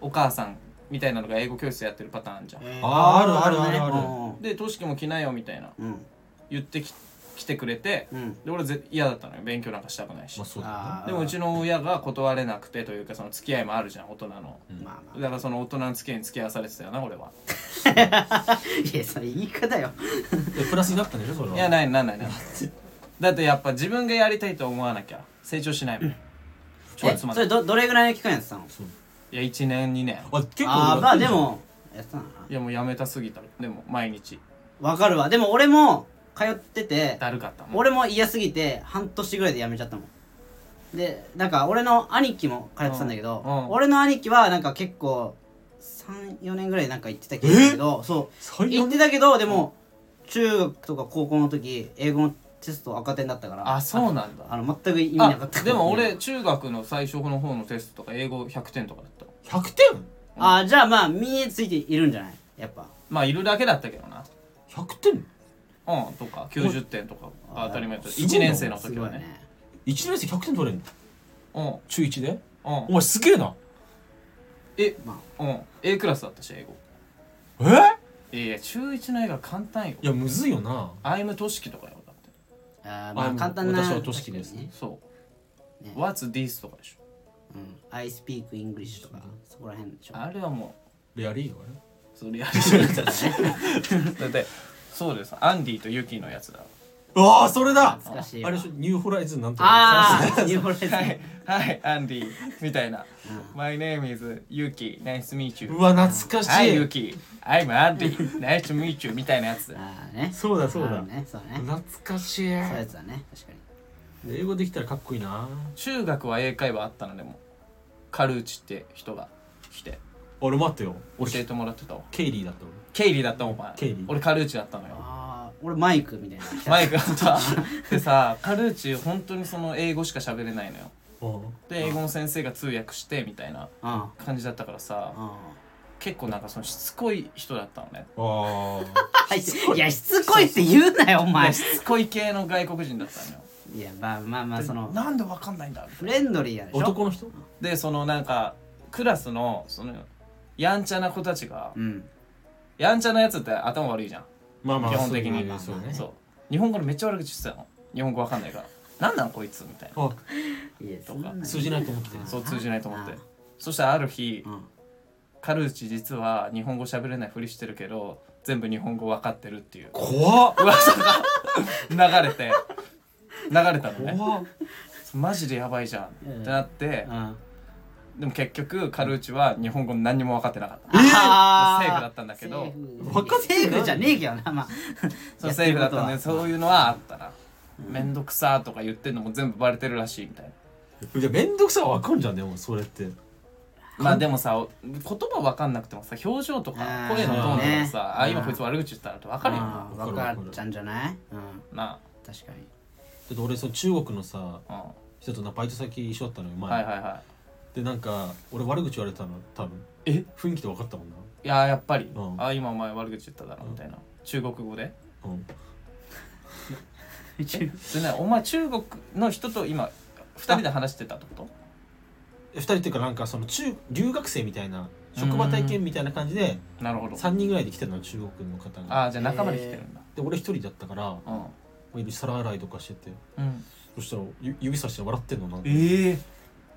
S2: お母さんみたいなのが英語教室やってるパターンあんじゃん
S1: えー
S4: あー
S1: ー
S4: あるある
S1: な
S4: ある
S1: ほ
S2: で「としきも来なよ」みたいな
S1: どね
S2: 言ってき来てくれて
S1: うんうん
S2: で俺ぜ嫌だったのよ勉強なんかしたくないし、
S4: まあそうだよね
S1: あー
S2: でもうちの親が断れなくてというかその付き合いもあるじゃん大人の
S1: まあまあ
S2: だからその大人の付き合いに付き合わされてたよな俺はい
S1: やそれ言い方よ
S4: でプラスになったんでしょそれはい
S2: やないないないないだってやっぱ自分がやりたいと思わなきゃ成長しないもんちょっ
S1: え
S2: と
S1: そ
S2: 待っ
S1: れ
S2: て
S1: どどれぐらいの期間やってたの
S2: いや1年2年
S4: あ結構
S1: ああまあで
S4: やってんじゃん
S1: もやってたない
S2: やもうやめたすぎたでも毎日
S1: わかるわでも俺も通ってて
S2: だるかったもん
S1: 俺も嫌すぎて半年ぐらいで辞めちゃったもんでなんか俺の兄貴も通ってたんだけど、
S2: うんうん
S1: 俺の兄貴はなんか結構34年ぐらいなんか行ってた気がするけどそう
S4: 最
S1: 行
S4: 悪
S1: ってたけどでも、中学とか高校の時英語のテスト赤点だったから
S2: あそうなんだ
S1: あの全く意味なかった
S2: あでも俺中学の最初の方のテストとか英語100点とかだった
S4: 100点
S1: あじゃあまあ身についているんじゃないやっぱ
S2: まあいるだけだったけどな
S4: ?100 点
S2: うんとか90点とかが当たり前だった
S4: すごいな
S2: 1年生の
S1: す
S2: 時
S1: ご
S2: はい
S1: ね
S2: ね
S4: 1年生100点取れんの
S2: うんうん
S4: 中1でお前すげえな
S2: え
S1: ま
S2: うん A クラスだったし英語
S4: えー
S2: いや中1の英語は簡単よ
S4: いやむずいよな
S2: アイムトシキとかよだって
S1: あーま
S4: あ
S1: あ
S4: もう
S1: 簡単な
S4: 私は都市記ですね
S2: そう、
S1: ね
S2: What's this とかでしょ
S1: うん I speak English とかそこら辺でしょ
S2: あれはも
S4: レアリーよあれ
S2: うそれやりすぎたね だってそうですアンディとユキのやつだ
S4: うわあそれだ
S1: 懐かしいわ
S4: あれでしょニューホライズンなんとか
S1: ああニューホライズン
S2: はい、はい、アンディみたいな。My name is Yuki, nice to meet
S4: う
S2: you.
S4: わ懐か
S2: は
S4: し
S2: い、
S4: い
S2: Yuki, I'm Andy, nice to meet you みたいなやつ。
S1: ああね
S4: そうだそう
S1: あ
S4: だ
S1: るねそうだね
S4: 懐かしい
S1: そういうやつだね確かに
S4: 英語できたらかっこいいな
S2: 中学は英会話あったのでも、カルーチって人が来て、
S4: 俺待ってよ
S2: 教
S4: 俺
S2: えてもらってたわ。
S4: ケイリーだった俺
S2: ケイリーだったもん、お前
S4: ケイリー。
S2: 俺カルーチだったのよ。
S1: ああ俺マイクみたいな
S2: マイクあっ た。でさ、カルーチ本当にその英語しか喋れないのよ。
S4: うん
S2: で、英語の先生が通訳してみたいな
S1: あ
S2: 感じだったから
S1: あ
S2: さ、
S1: あ
S2: 結構なんかそのしつこい人だったのね。
S4: あ
S1: あいやしつこいって言うなよお前
S2: しつこい系の外国人だったのよ。
S1: いやまあまあまあその
S2: なんでわかんないんだ
S1: フレンドリーやでしょ
S4: 男の人
S2: でそのなんかクラスのそのやんちゃな子たちが、
S1: うん
S2: やんちゃなやつって頭悪いじゃん、
S4: まあまあ
S2: 基本的に
S4: そうね
S2: そう日本語でめっちゃ悪口してたの日本語わかんないからなんなんこいつみたいな
S4: あ
S1: いやそ
S2: と
S1: んな
S2: か
S1: の
S4: 通じないと思って
S2: そう通じないと思って
S1: あ
S2: そしたらある日、
S1: うん
S2: カルーチ実は日本語喋れないふりしてるけど全部日本語わかってるっていう
S4: 怖っ
S2: 噂が流れて流れたのね
S4: 怖っ
S2: マジでやばいじゃんってなって
S1: うんあ
S2: でも結局カルーチは日本語何にも分かってなかった
S1: あ
S2: セーフだったんだけど
S1: セーフ
S4: 分かってない
S1: セーフじゃねえけどなまあ
S2: そうセーフだったんで
S1: う
S2: そういうのはあったな面倒くさとか言ってんのも全部バレてるらしいみたいな
S4: じゃめんどくさはわかんじゃんでもそれって
S2: まあでもさ言葉分かんなくてもさ表情とか
S1: あー
S2: 声のトーンとか
S1: そうね
S2: さあ今こいつ悪口言ったなって分かるよな
S1: ああ分かっちゃうんじゃないうん
S2: な
S1: 確かに
S4: だって俺その中国のさ
S2: あ
S4: 人となバイト先一緒だったのよ
S2: うん
S4: 前、
S2: はいはいは
S4: でなんか俺悪口言われたの多分
S2: え
S4: 雰囲気で分かったもんない
S2: いやーやっぱり
S4: うん
S2: あー今お前悪口言っただろみたいな中国語で
S4: うん
S2: それねお前中国の人と今2人で話してたってこと
S4: え二人っていうかなんかその中留学生みたいな職場体験みたいな感じで
S2: なるほど
S4: 3人ぐらいで来てるの中国の方が
S2: ああじゃあ仲間で来てるんだ
S4: で俺一人だったから皿洗いとかしてて
S2: うん、うん、
S4: そしたらゆ指さして笑ってんのなんか
S2: ええ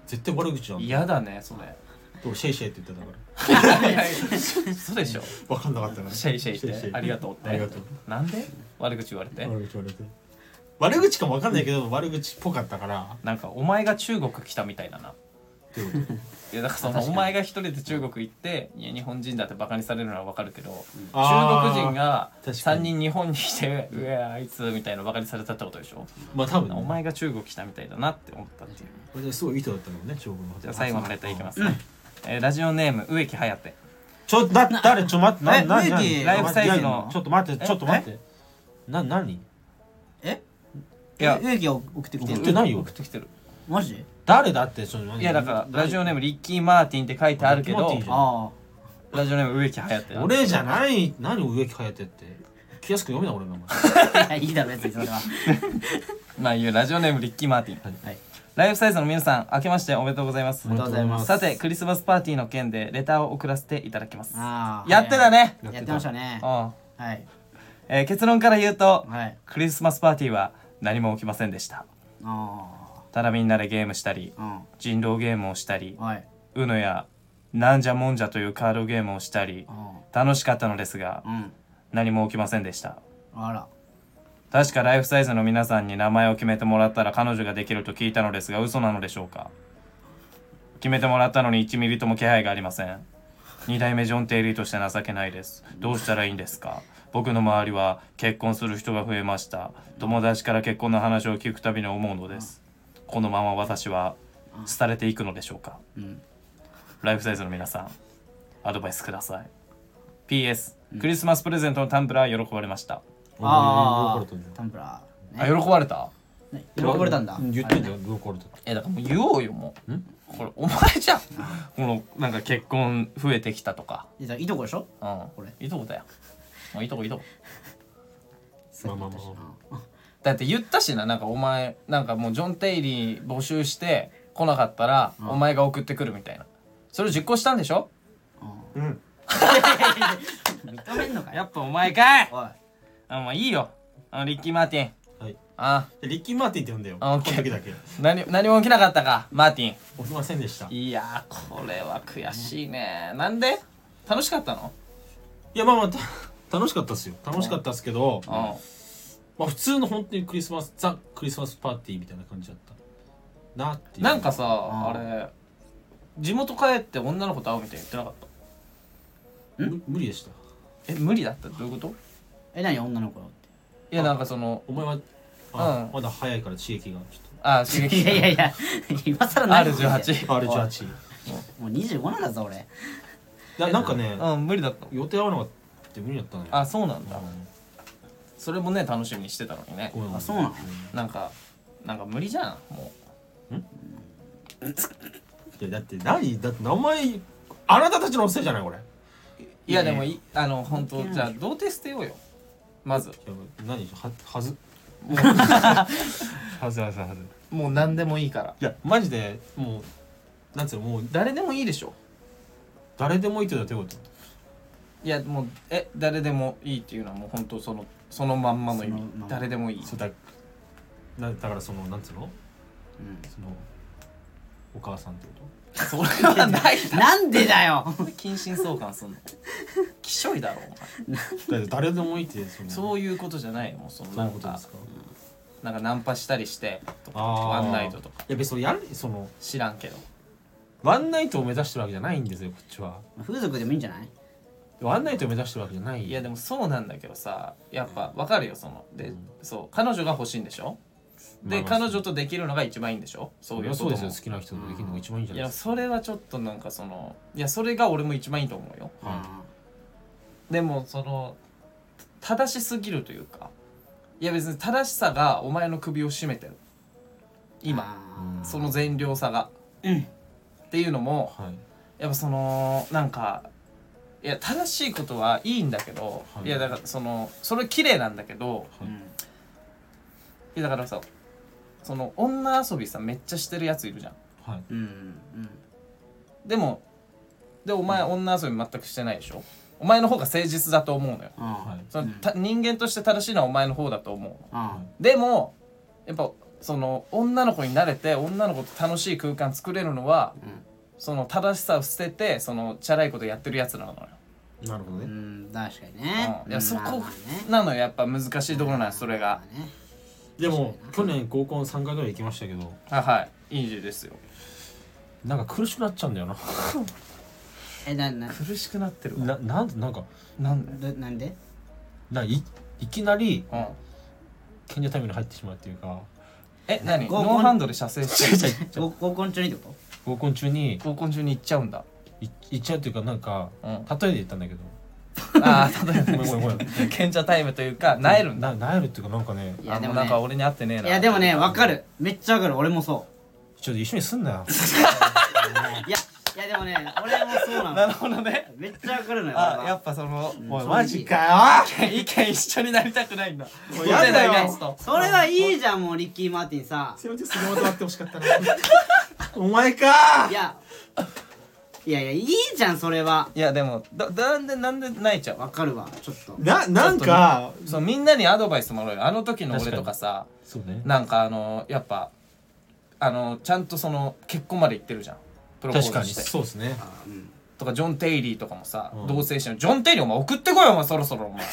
S4: 絶対悪口なんだ
S2: 嫌だねそ れ
S4: で俺シェイシェイって言ってたか
S2: そうでしょ
S4: ら分かんなかったから
S2: シェイシェイしてありがとうって
S4: ありがとう
S2: なんで悪口言われて
S4: 悪口言われて悪口かも分かんないけど悪口っぽかったから
S2: なんかお前が中国来たみたいだな
S4: ってこと
S2: いやだからそのお前が一人で中国行っていや日本人だってバカにされるのはわかるけど中
S4: あー
S2: 国人が
S4: 確かに
S2: 3人日本に来て「うわあいつ」みたいなバカにされたってことでしょ
S4: まあ多分ね
S2: お前が中国来たみたいだなって思ったっていう
S4: これですごいいい人だったもんね中国の方
S2: じゃあ最後のレターいきますね、えーラジオネーム植木颯
S4: ちょだ誰ちょ待ってな
S1: え
S4: な
S1: 植木
S4: 何
S2: ライフサイズの
S4: ちょっと待ってちょっと待ってな何
S2: いや
S1: 勇気を送ってきて
S4: 言
S1: る
S4: ってないよ
S2: 送ってきてる
S1: マジ
S4: 誰だってその
S2: いやだからラジオネームリッキー・マーティンって書いてあるけ
S4: リッキーマー
S2: ど
S4: ティン
S1: あ
S2: ラジオネーム植木颯なんで
S4: 俺じゃない何を植木颯って気安く読めな俺の名前
S1: あいいだろ別にそれは
S2: まあいうラジオネームリッキー・マーティン、
S1: はい
S2: ライフサイズの皆さん明けましておめでとうございます
S1: ありがとうございます
S2: さてクリスマスパーティーの件でレターを送らせていただきます
S1: あー
S2: やってたね
S1: はいやってましたね
S2: うん
S1: はい
S2: えー結論から言うと
S1: はい
S2: クリスマスパーティーは何も起きませんでした
S1: あ
S2: ただみんなでゲームしたり
S1: あうん
S2: 人狼ゲームをしたり
S1: はい
S2: UNO やなんじゃもんじゃというカードゲームをしたり
S1: う
S2: 楽しかったのですが
S1: んうん
S2: 何も起きませんでした
S1: あら
S2: 確かライフサイズの皆さんに名前を決めてもらったら彼女ができると聞いたのですが嘘なのでしょうか決めてもらったのに1ミリとも気配がありません2代目ジョン・テイリーとして情けないですどうしたらいいんですか僕の周りは結婚する人が増えました友達から結婚の話を聞くたびに思うのですこのまま私は廃れていくのでしょうか、
S1: ん
S2: ライフサイズの皆さんアドバイスください PS クリスマスプレゼントのタンブラー喜ばれました、
S1: あ
S4: 喜ばれたん
S1: あ
S4: だ
S1: タンブラー
S2: あ
S1: ね
S2: 喜ばれた
S1: ね喜ばれたんだ
S4: う言ってんじゃん喜ばれたって
S2: えだからもう言おうよもうこれお前 じゃんこのなんか結婚増えてきたとか
S1: いやいとこでしょ
S2: うん
S1: これ
S2: いいとこだよもういいとこいいとこ
S4: まあまあま
S2: だって言ったしななんかお前なんかもうジョン・テイリー募集して来なかったらお前が送ってくるみたいなそれを実行したんでしょ
S4: あうん
S1: 認めんのかよ
S2: やっぱお前かい
S1: おい
S2: あまあいいよあのリッキー・マーティン
S4: はい
S2: あ
S4: リッキー・マーティンって呼んだよ
S2: あオッ
S4: こ
S2: ケー
S4: の時だけ
S2: 何何も起きなかったかマーティン
S4: 起きませんでしたい
S2: いやーこれは悔しいねなんで楽しかったの
S4: やまあまあた楽しかったっすよ楽しかったっすけど
S2: うん
S4: まあ普通の本当にクリスマスザ・クリスマスパーティーみたいな感じだったなっていう
S2: なんかさあ
S1: あ
S2: れ地元帰って女の子と会うみたいに言ってなかった
S4: む無理でした
S2: え無理だったどういうこと
S1: え何女の子って
S2: いやなんかその
S4: お前はあ、
S2: うん
S4: まだ早いから刺激がちょ
S2: あ刺激
S1: いやいやいや今更 何言ってん
S2: R18
S4: っと R18
S1: もう25なんだぞ俺
S4: ななんかね
S2: うん無理だった
S4: 予定合わなかったって無理だったのよ
S2: あそうなんだ
S4: うん
S2: それもね楽しみにしてたのにね
S4: ごめん
S1: あそうなの
S2: なんかなんか無理じゃんも
S4: いやだって何だって名前あなたたちのせいじゃないこれ
S2: ういやでもいあの本当じゃあ童貞捨てようよまず
S4: いや何は はずはずはずはずい
S2: もう何でもいいから
S4: やマジでもうなんつうのもう
S2: 誰でもいいでしょ
S4: 誰でもいいってだってこと
S2: いやもうえ誰でもいいっていうのはもう本当そのそのまんまの意味
S1: そのまんま
S2: 誰でもいい
S4: そうだなだからそのなんつうの
S1: うん
S4: そのお母さんってこと
S2: それはないだろ
S1: なんでだよ
S2: 謹慎相関すんのきしょいだろお前
S4: だって誰でもいいってその
S2: そういうことじゃないよもうその
S4: ど
S2: な
S4: ういうんことで
S2: か
S4: すか
S2: なんかナンパしたりしてとか
S4: あ
S2: ワ
S4: ー
S2: ンナイトとか
S4: いや別にやるその
S2: 知らんけど
S4: ワンナイトを目指してるわけじゃないんですよこっちは
S1: 風俗でもいいんじゃない
S4: ワンナイトを目指してるわけじゃない
S2: いやでもそうなんだけどさやっぱわかるよそので、そう彼女が欲しいんでしょで、
S4: まあま
S2: 彼
S4: あ
S2: 女とできるのが一番いいんでしょそういうこと
S4: そう
S2: も
S4: ですよ好きな人とできるのが一番いいんじゃ
S2: い
S4: ない
S2: や
S4: です
S2: それはちょっとなんかそのいやそれが俺も一番いいと思うよ
S4: か、はい
S2: でもその正しすぎるというかいや別に正しさがお前の首を絞めてる今
S1: 今
S2: その善良さが、っていうのも
S4: はい
S2: やっぱそのなんかいや正しいことはいいんだけど、
S4: はい
S2: い、やだからそのそれ綺麗なんだけど
S1: うん
S2: いやだからさその女遊びさめっちゃしてるやついるじゃん
S4: はい
S1: うんうん
S2: でもでお前女遊び全くしてないでしょお前の方が誠実だと思うのよ
S1: うんうん
S2: そのた人間として正しいのはお前の方だと思うの
S1: うん
S2: でもやっぱその女の子に慣れて女の子と楽しい空間作れるのは、その正しさを捨ててそのチャラいことやってるやつなのよ、
S4: なるほどね
S1: うん確かにね
S2: うんいやそ
S1: まあ
S2: こ
S1: まあね
S2: なのよやっぱ難しいところなんよそれが
S1: まあね
S4: でも去年合コン3回ぐらい行きましたけど
S2: はいはいいいですよ
S4: なんか苦しくなっちゃうんだよな
S1: えなな
S2: 苦しくなってるわ
S4: ななんなんか
S2: なんだよ
S1: どなんで
S4: なんかいいきなり
S2: うん
S4: 賢者タイムに入ってしまうっていうか
S2: え何
S1: 合コン
S2: ノーハンドで射精して
S1: 合合コン中にってこ
S4: 合コン中に
S2: 合コン中に行っちゃうんだ
S4: い行っちゃうっていうかなんか
S2: うん
S4: 例えで言ったんだけど
S2: ああ例えば
S4: ごめんごめんごめん
S2: 賢者タイムというかなえるんだ
S4: ななえるっていうかなんかね
S1: と
S2: い
S1: いやでも
S2: なん
S1: ね
S2: か俺に合ってねえない
S1: いやでもねわかるめっちゃわかる俺もそ
S4: ちょっと一緒にすんなよ
S1: ういやいやでもね俺もそうなの
S2: なるほどね
S1: めっちゃわかるのよ
S2: あ
S1: 俺は
S2: やっぱそのおい
S1: そう
S2: マジ
S4: かよ
S2: 意見一緒になりたくないんだもう
S4: やだよ
S2: やつと
S1: それはいいじゃんもうリッキー・マーティンさ
S4: せめて杉本あってほしかったなお前か
S1: いやいやいやいいじゃんそれはい
S2: やでもだなんでなんで泣いちゃう
S1: わかるわちょっと
S4: ななんか
S2: そうみんなにアドバイスもらうよあの時の俺とかさ
S4: そうね
S2: なんかあのやっぱあのちゃんとその結婚まで行ってるじゃんプロポー
S4: 確か
S2: ズ
S4: に
S2: して
S4: そうですね
S2: とかジョン・テイリーとかもさ、
S4: うん
S2: 同棲してるジョン・テイリーお前送ってこいよお前そろそろお 前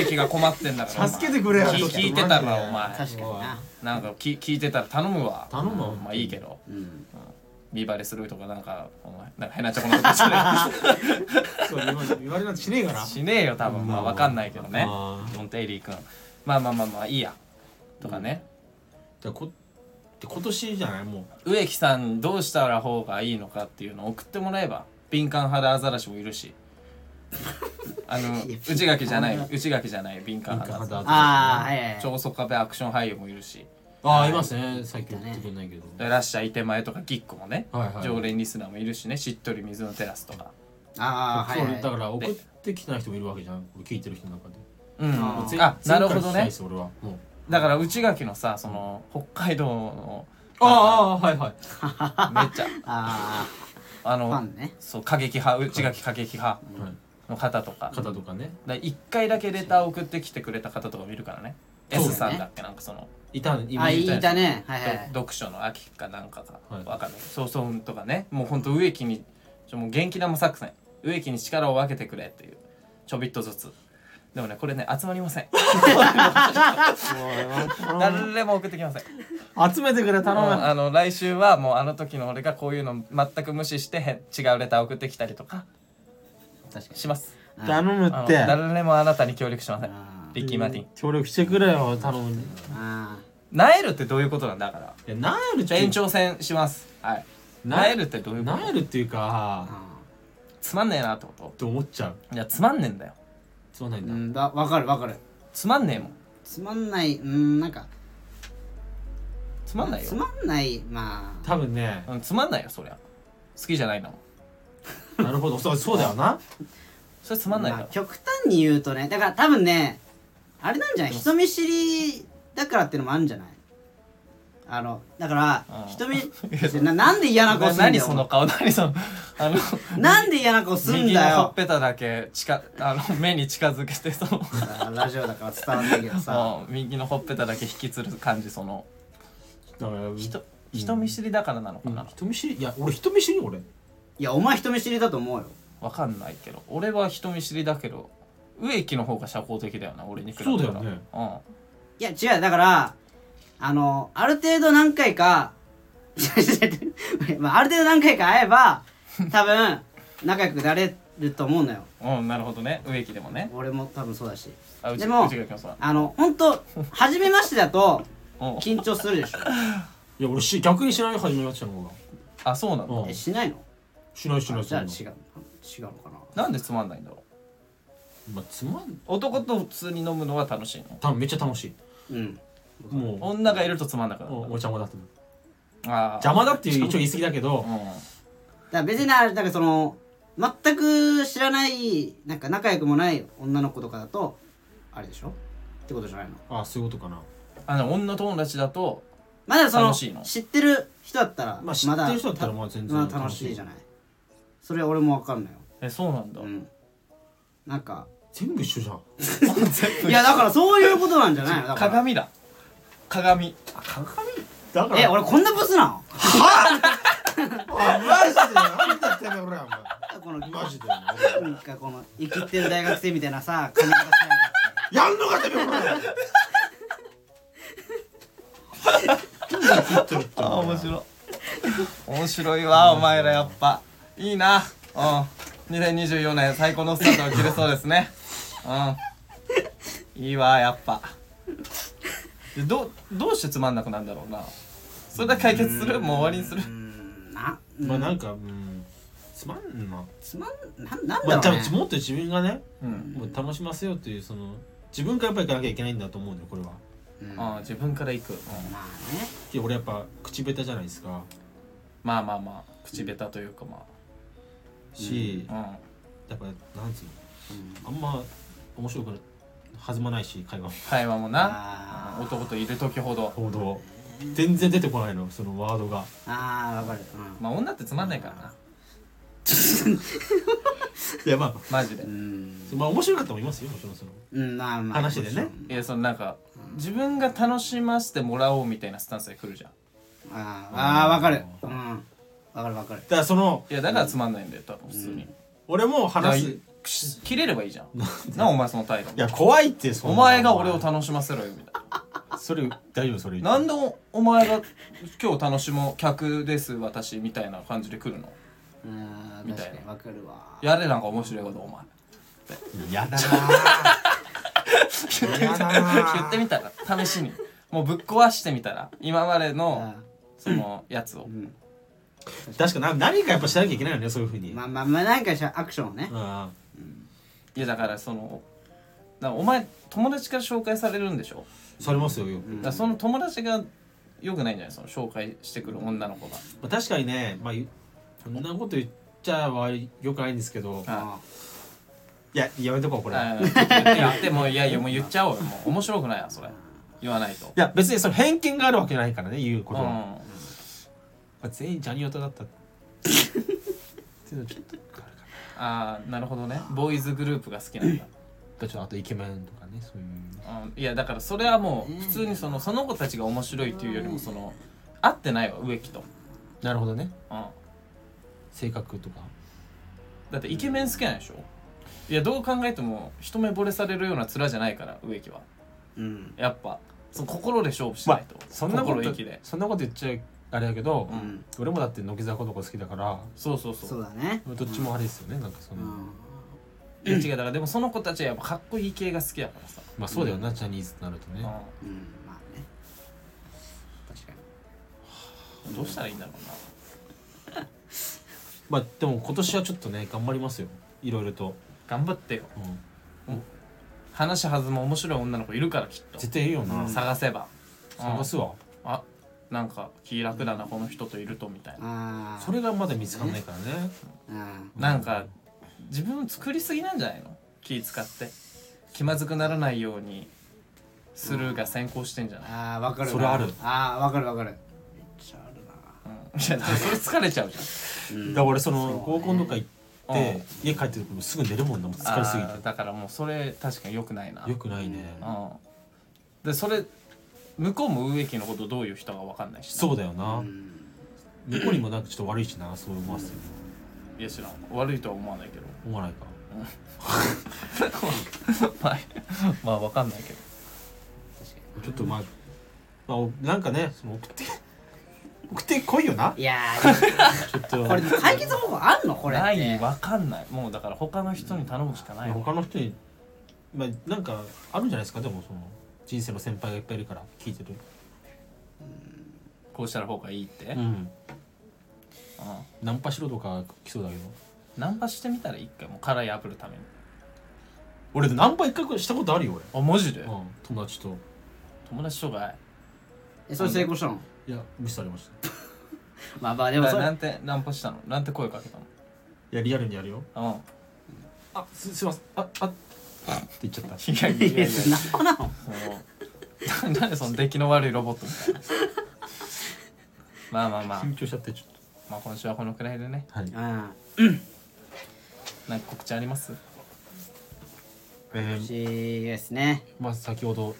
S2: 植木が困ってんだから
S4: 助けてくれよ
S2: お前聞聞いてたらお前
S1: 確かにな
S2: なんかき聞いてたら頼むわ
S4: 頼むわ
S2: まあいいけど
S1: うん
S2: 見バレするとかなんかお前なんか変なチョコのことしてる
S4: そう言われ言われなんてしねえから
S2: しねえよ多分まあわかんないけどね
S4: あ
S2: ジョン・テイリー君まあまあまあまあいいやとかね、
S4: じゃあこで今年じゃないも
S2: 植木さんどうしたら方がいいのかっていうのを送ってもらえば敏感肌アザラシもいるしあの内垣じゃない内垣じゃない敏感
S4: う
S2: 肌
S4: 肌
S1: ああはいはいはい
S2: 超速壁アクション俳優もいるし
S4: ああいますね最近言ってくれないけど
S2: ラッシャーいてまえとかギックもね、
S4: はいはい
S2: 常連リスナーもいるしねしっとり水のテラスとか
S1: ああはい
S4: そう
S1: は
S4: ね
S1: い
S4: だから送ってきてない人もいるわけじゃんこれ聞いてる人の中で
S2: うん
S1: あー
S2: あなるほ
S4: 全
S2: ど
S4: 回聞きたい
S2: ね
S4: です俺はもう
S2: だから内垣のさその北海道の
S4: ああああはいはい
S2: めっちゃ
S1: あ
S2: あ
S1: あファ
S2: の
S1: ンね
S2: そう過激派内垣過激派
S4: はい
S2: の方とか
S4: 肩とかね
S2: だ1回だけレター送ってきてくれた方とかもいるからね
S4: そう
S2: S さんだっけなんかその
S4: いたい
S1: あ
S4: ま
S1: い
S4: した
S1: いたねはいは
S2: ど
S1: い
S2: 読書の秋かなんかか
S4: はい
S2: わかんないそうそうとかねもうほんと植木にちょもう元気玉作戦植木に力を分けてくれっていうちょびっとずつでもねこれね集まりませ ん誰も送ってきません
S4: 集めてくれ頼
S2: もうあの来週はもうあの時の俺がこういうの全く無視してへん違うレター送ってきたりとか
S1: 確かに
S2: します
S4: 頼む
S2: あ
S4: っ
S2: の
S4: て
S2: 誰もあなたに協力しません
S1: あ
S2: リッキー・マーティン
S4: 協力してくれよ頼むい
S1: ーあ
S2: ナエルってどういうことなんだから
S4: やナエルちょ
S2: 延長戦しますはいナエルってどういうこと
S4: ナエルっていうか
S1: ー
S2: つまんねえなってこ
S4: って思っちゃう
S2: といやつまんねえんだよ
S4: つまんないん
S1: う
S4: だ、
S1: んだわかるわかる
S2: つまんねえもん
S1: つまんないうんなんか
S2: つまんないよ
S1: つまんないまあ
S4: 多分ね
S2: うん、つまんないよそりゃ好きじゃないんだもん
S4: なるほどそうそうだよな
S2: それつまんないよ、
S1: まあ極端に言うとねだから多分ねあれなんじゃない人見知りだからっていうのもあるんじゃないあのだから
S2: うん
S1: 人見ななんで嫌な顔すんだよ
S2: 何その顔何そのあ の
S1: なんで嫌な顔すん
S2: 右の
S1: だ
S2: ほっ
S1: よ
S2: ぺただけ近あ の目に近づけてその
S1: あラジオだから伝わんないけどさ
S2: うん右のほっぺただけ引きつる感じその
S4: だから
S2: 人人見知りだからなのか
S4: う
S2: な、
S4: ん人見知りいや俺人見知り俺
S1: いやお前人見知りだと思うよ
S2: わかんないけど俺は人見知りだけど植木の方が社交的だよな俺に比べたら
S4: そうだよね
S2: う
S1: いや違うだからあのある程度何回か まあある程度何回か会えば多分仲良くなれると思うのよ
S2: ん、うん、なるほどね植木でもね
S1: 俺も多分そうだし
S2: あうち
S1: でも
S2: うちが来ますわ
S1: あの本当初めましてだと
S2: うん
S1: 緊張するでしょ
S4: いや俺し逆にしない始めましたの
S2: あそうなんだ、
S4: 方が、う
S1: え
S4: ん、
S1: しないの
S4: しないしない
S1: じゃあ違う
S4: そん
S1: 違
S4: な
S1: うのかな
S2: なんでつまんないんだろう
S4: まあつまん
S2: 男と普通に飲むのは楽しいの
S4: 多分めっちゃ楽し
S1: うん
S4: いも
S2: 女がいるとつまんなく
S4: う
S2: な
S4: おお
S2: る
S4: 邪魔だって
S2: あ
S4: 邪魔だっていう一応言い過ぎだけど
S2: う、
S1: だから別にあれだからその全く知らないなんか仲良くもない女の子とかだとあれでしょってことじゃないの
S4: あそういうことかなん
S2: あの女友達だと
S1: まだその
S2: 楽しいの
S1: 知ってる人だったら
S4: まあ知ってる人だったら
S1: ま
S4: まあ全
S1: だ
S4: 然
S1: まだ楽しいじゃないそれ俺も分かんないよ
S2: えそうなんだ、
S1: うんなんか
S4: 全部一緒じゃん
S1: いやだからそういうことなんじゃないのだから
S2: 鏡だ鏡
S4: だから
S1: え俺こんなブスなの
S4: おいマジでなんだってめえ俺は
S1: この
S4: お前マジで
S1: なんかこの生きてる大学生みたいなさ髪型しやがって
S4: やんのかてめえ俺は切ってるって
S2: あー面白い面白いわお前らやっぱいいなうん2024年最高のスタートを切れそうですねうんいいわやっぱでどどうしてつまんなくなるんだろうなそれで解決するもう終わりにする
S1: うーんな
S4: まあなんかうんつまんな
S1: つまんなんなん
S4: ま
S1: だ
S4: あ多
S1: ろうね
S4: 分もっと自分がね
S2: うん
S4: もう楽しませようというその自分からやっぱ行かなきゃいけないんだと思うのよこれは
S1: うんま
S2: あー自分から行く、うん
S1: あね
S4: いや俺やっぱ口下手じゃないですか
S2: まあまあまあ口下手というかま
S4: し、
S2: あ
S4: やっぱなんつうの、あんま面白く弾まないし会話も
S2: 会話も
S1: あ
S2: な
S1: ー
S2: 男といる時ほど
S4: 行動全然出てこないのそのワードが
S1: あーわかる
S2: まあ女ってつまんないからない
S4: やまあ
S2: マジで
S1: うん
S4: まあ面白かったもいますよもちろんその
S1: うんまあまあ
S4: 話でね
S2: いやそのなんか自分が楽しませてもらおうみたいなスタンスで来るじゃん
S1: あーあーわかるうんわかるわかる
S4: だからその
S2: いやだからつまんないんだよ多分普通に、
S4: 俺も話す
S2: だ
S4: い
S2: からくし切れればいいじゃん なお前その態度
S4: や怖いってそん
S2: お
S4: な
S2: 前が俺を楽しませろよみたい
S4: それ大丈夫それ
S2: ななんでおお前が今日楽しもう客です私みたいな感じで来るの
S1: うん
S2: みたいな
S1: 確かにわかるわ
S2: やれなんか面白いことお前
S4: やだな
S2: 言ってみたら言ってみたら試しにもうぶっ壊してみたら今までの
S1: あ
S2: そのやつを、
S1: ー
S4: 確かな何かやっぱしなきゃいけないよねそういうふう
S1: う
S4: に、
S1: んまあまあまあなんかしゃアクションをね
S4: あ
S2: いやだからそのだからお前友達から紹介されるんでしょ
S4: あされますよよく、
S2: だからその友達が良くないんじゃないその紹介してくる女の子が
S4: まあ、確かにね、まあ、いこんなこと言っちゃはよくないんですけど
S2: あ
S4: いややめとこうこれ、い、
S2: あ言って言ってもういやいやもう言っちゃおうよもう面白くないわそれ言わないと
S4: や別にその偏見があるわけじゃないからね言うことは、ま
S2: ん
S4: あ、全員ジャニオタだったっていうのちょっとあるかなや
S2: ああなるほどねボーイズグループが好きなんだ、
S4: っ ぱちょっとあとイケメンとかねそういう
S2: うん、いやだからそれはもう普通にそのその子たちが面白いっていうよりもその合ってないわ植木と、
S4: なるほどね
S2: うん、
S4: 性格とか
S2: だってイケメン好きなんでしょいやどう考えても一目惚れされるような面じゃないから植木は
S1: うん
S2: やっぱその心で勝負しないと、
S4: そんなこと
S2: 心意気で
S4: そんなこと言っちゃあれやけど、
S1: ん
S4: 俺もだって乃木坂とか好きだから
S2: そうそうそう
S1: そうだね
S4: どっちもあれですよねなんかその、
S1: うん
S2: いや違うだからでもその子たちはやっぱかっこいい系が好きだからさ、
S4: まあそうだよな、ジャニーズってなるとね、
S1: うんまあね確かに
S2: うんどうしたらいいんだろうな
S4: まあでも今年はちょっとね頑張りますよいろいろと、
S2: 頑張ってよ
S4: うん、
S2: 話はずも面白い女の子いるからきっと
S4: 絶対いいよな、
S2: 探せば
S4: 探すわ、
S2: あなんか気楽だなこの人といるとみたいな
S1: ああ
S4: それがまだ見つかんないからね
S1: うん
S2: なんか自分作りすぎなんじゃないの気使って気まずくならないようにするが先行してんじゃない、
S1: ああわかるな
S4: それある
S1: ああわかるわかるめっちゃあるな
S2: うんいやだからそれ疲れちゃうじゃん
S4: だから俺その合コンとか行っ
S2: そう
S4: て
S2: ね
S4: 家帰ってくるとすぐ寝るもんだもん 疲れすぎ
S2: あーだからもうそれ確かに良くないな
S4: てよくないね
S2: うんでそれ向こうも植木のことどういう人か分かんないしな
S4: そうだよな
S1: うん
S4: 向こうにもなんかちょっと悪いしなそう思わせて
S2: いや知らん悪いとは思わないけど
S4: 思わないか
S2: まあ まあ分かんないけど
S4: ちょっとまあまあおなんかねその送って 送ってこいよない
S1: やー
S4: ちょっと
S1: これ解決方法あんのこれって
S2: ない分かんないもうだから他の人に頼むしかないわ
S4: 他の人にまあなんかあるんじゃないですかでもその人生の先輩がいっぱいいるから聞いてる
S2: こうしたら方がいいって、うん
S4: んナンパしろとか来そうだけど
S2: ナンパしてみたら一回もう殻破るために
S4: 俺ナンパ一回したことあるよ
S2: あマジで、
S4: 俺、うん、友達と
S2: 友達とか
S1: えそれ成功したの
S4: いや無視されました
S1: まあまあでもそれ
S2: なんてナンパしたのなんて声かけた
S4: いやリアルにやるよ
S2: の
S4: あすすいませんああって言っちゃった
S2: うんいやいやいやそ
S1: ナンパなの
S2: のななん でその出来の悪いロボットみたいな まあまあまあ
S4: 緊張しちゃってちょっ
S2: まあ今週はこのくらいでね
S4: とはい
S1: うん
S2: なんか告知あります
S4: え
S1: 嬉しいですね
S4: まあ先ほど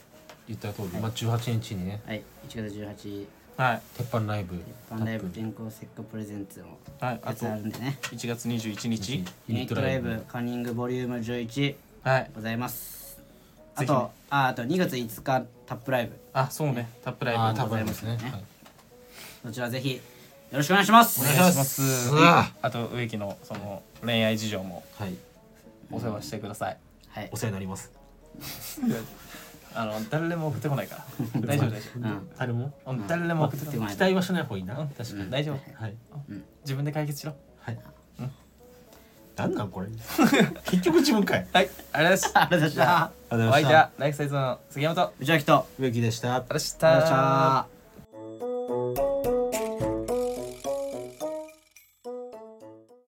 S4: 言った通り、まあ18日にね
S1: はい1月18日
S2: はい
S4: 鉄板ライブ
S1: ファンライブ健康セットプレゼンツの
S2: はいあ
S1: や
S2: と
S1: つある
S2: 1
S1: んでね
S2: 月21日
S1: ユニットライブカンニングボリューム11
S2: はい
S1: ございますあ
S2: ぜひね
S1: とああと2月5日タップライブ
S2: あそうねタップライブ
S4: ああ
S2: も
S4: 多分ですね
S1: ね
S4: はい
S1: そちらぜひよろしくお願いします
S2: お願いします
S4: うわ
S2: あと植木のその恋愛事情も
S4: はい
S2: お世話してください
S1: はい
S4: お世話になります
S2: あの誰も送ってこな いから大丈夫大丈
S1: うん
S4: 誰も
S2: 夫うん誰も送ってこない
S1: まあ
S4: 期待はしない方がいいな
S2: うん
S4: 確かに
S2: 大丈夫
S4: はい
S2: 自分で解決しろ
S4: はいなんなんこれ 結局自分かい
S2: はいありがとうございま す
S1: ありがとうございました
S2: お相手はライフサイズの杉山と
S1: 内脇と
S4: 植木でした
S2: ありがとうございまし
S1: ありがとうございましたた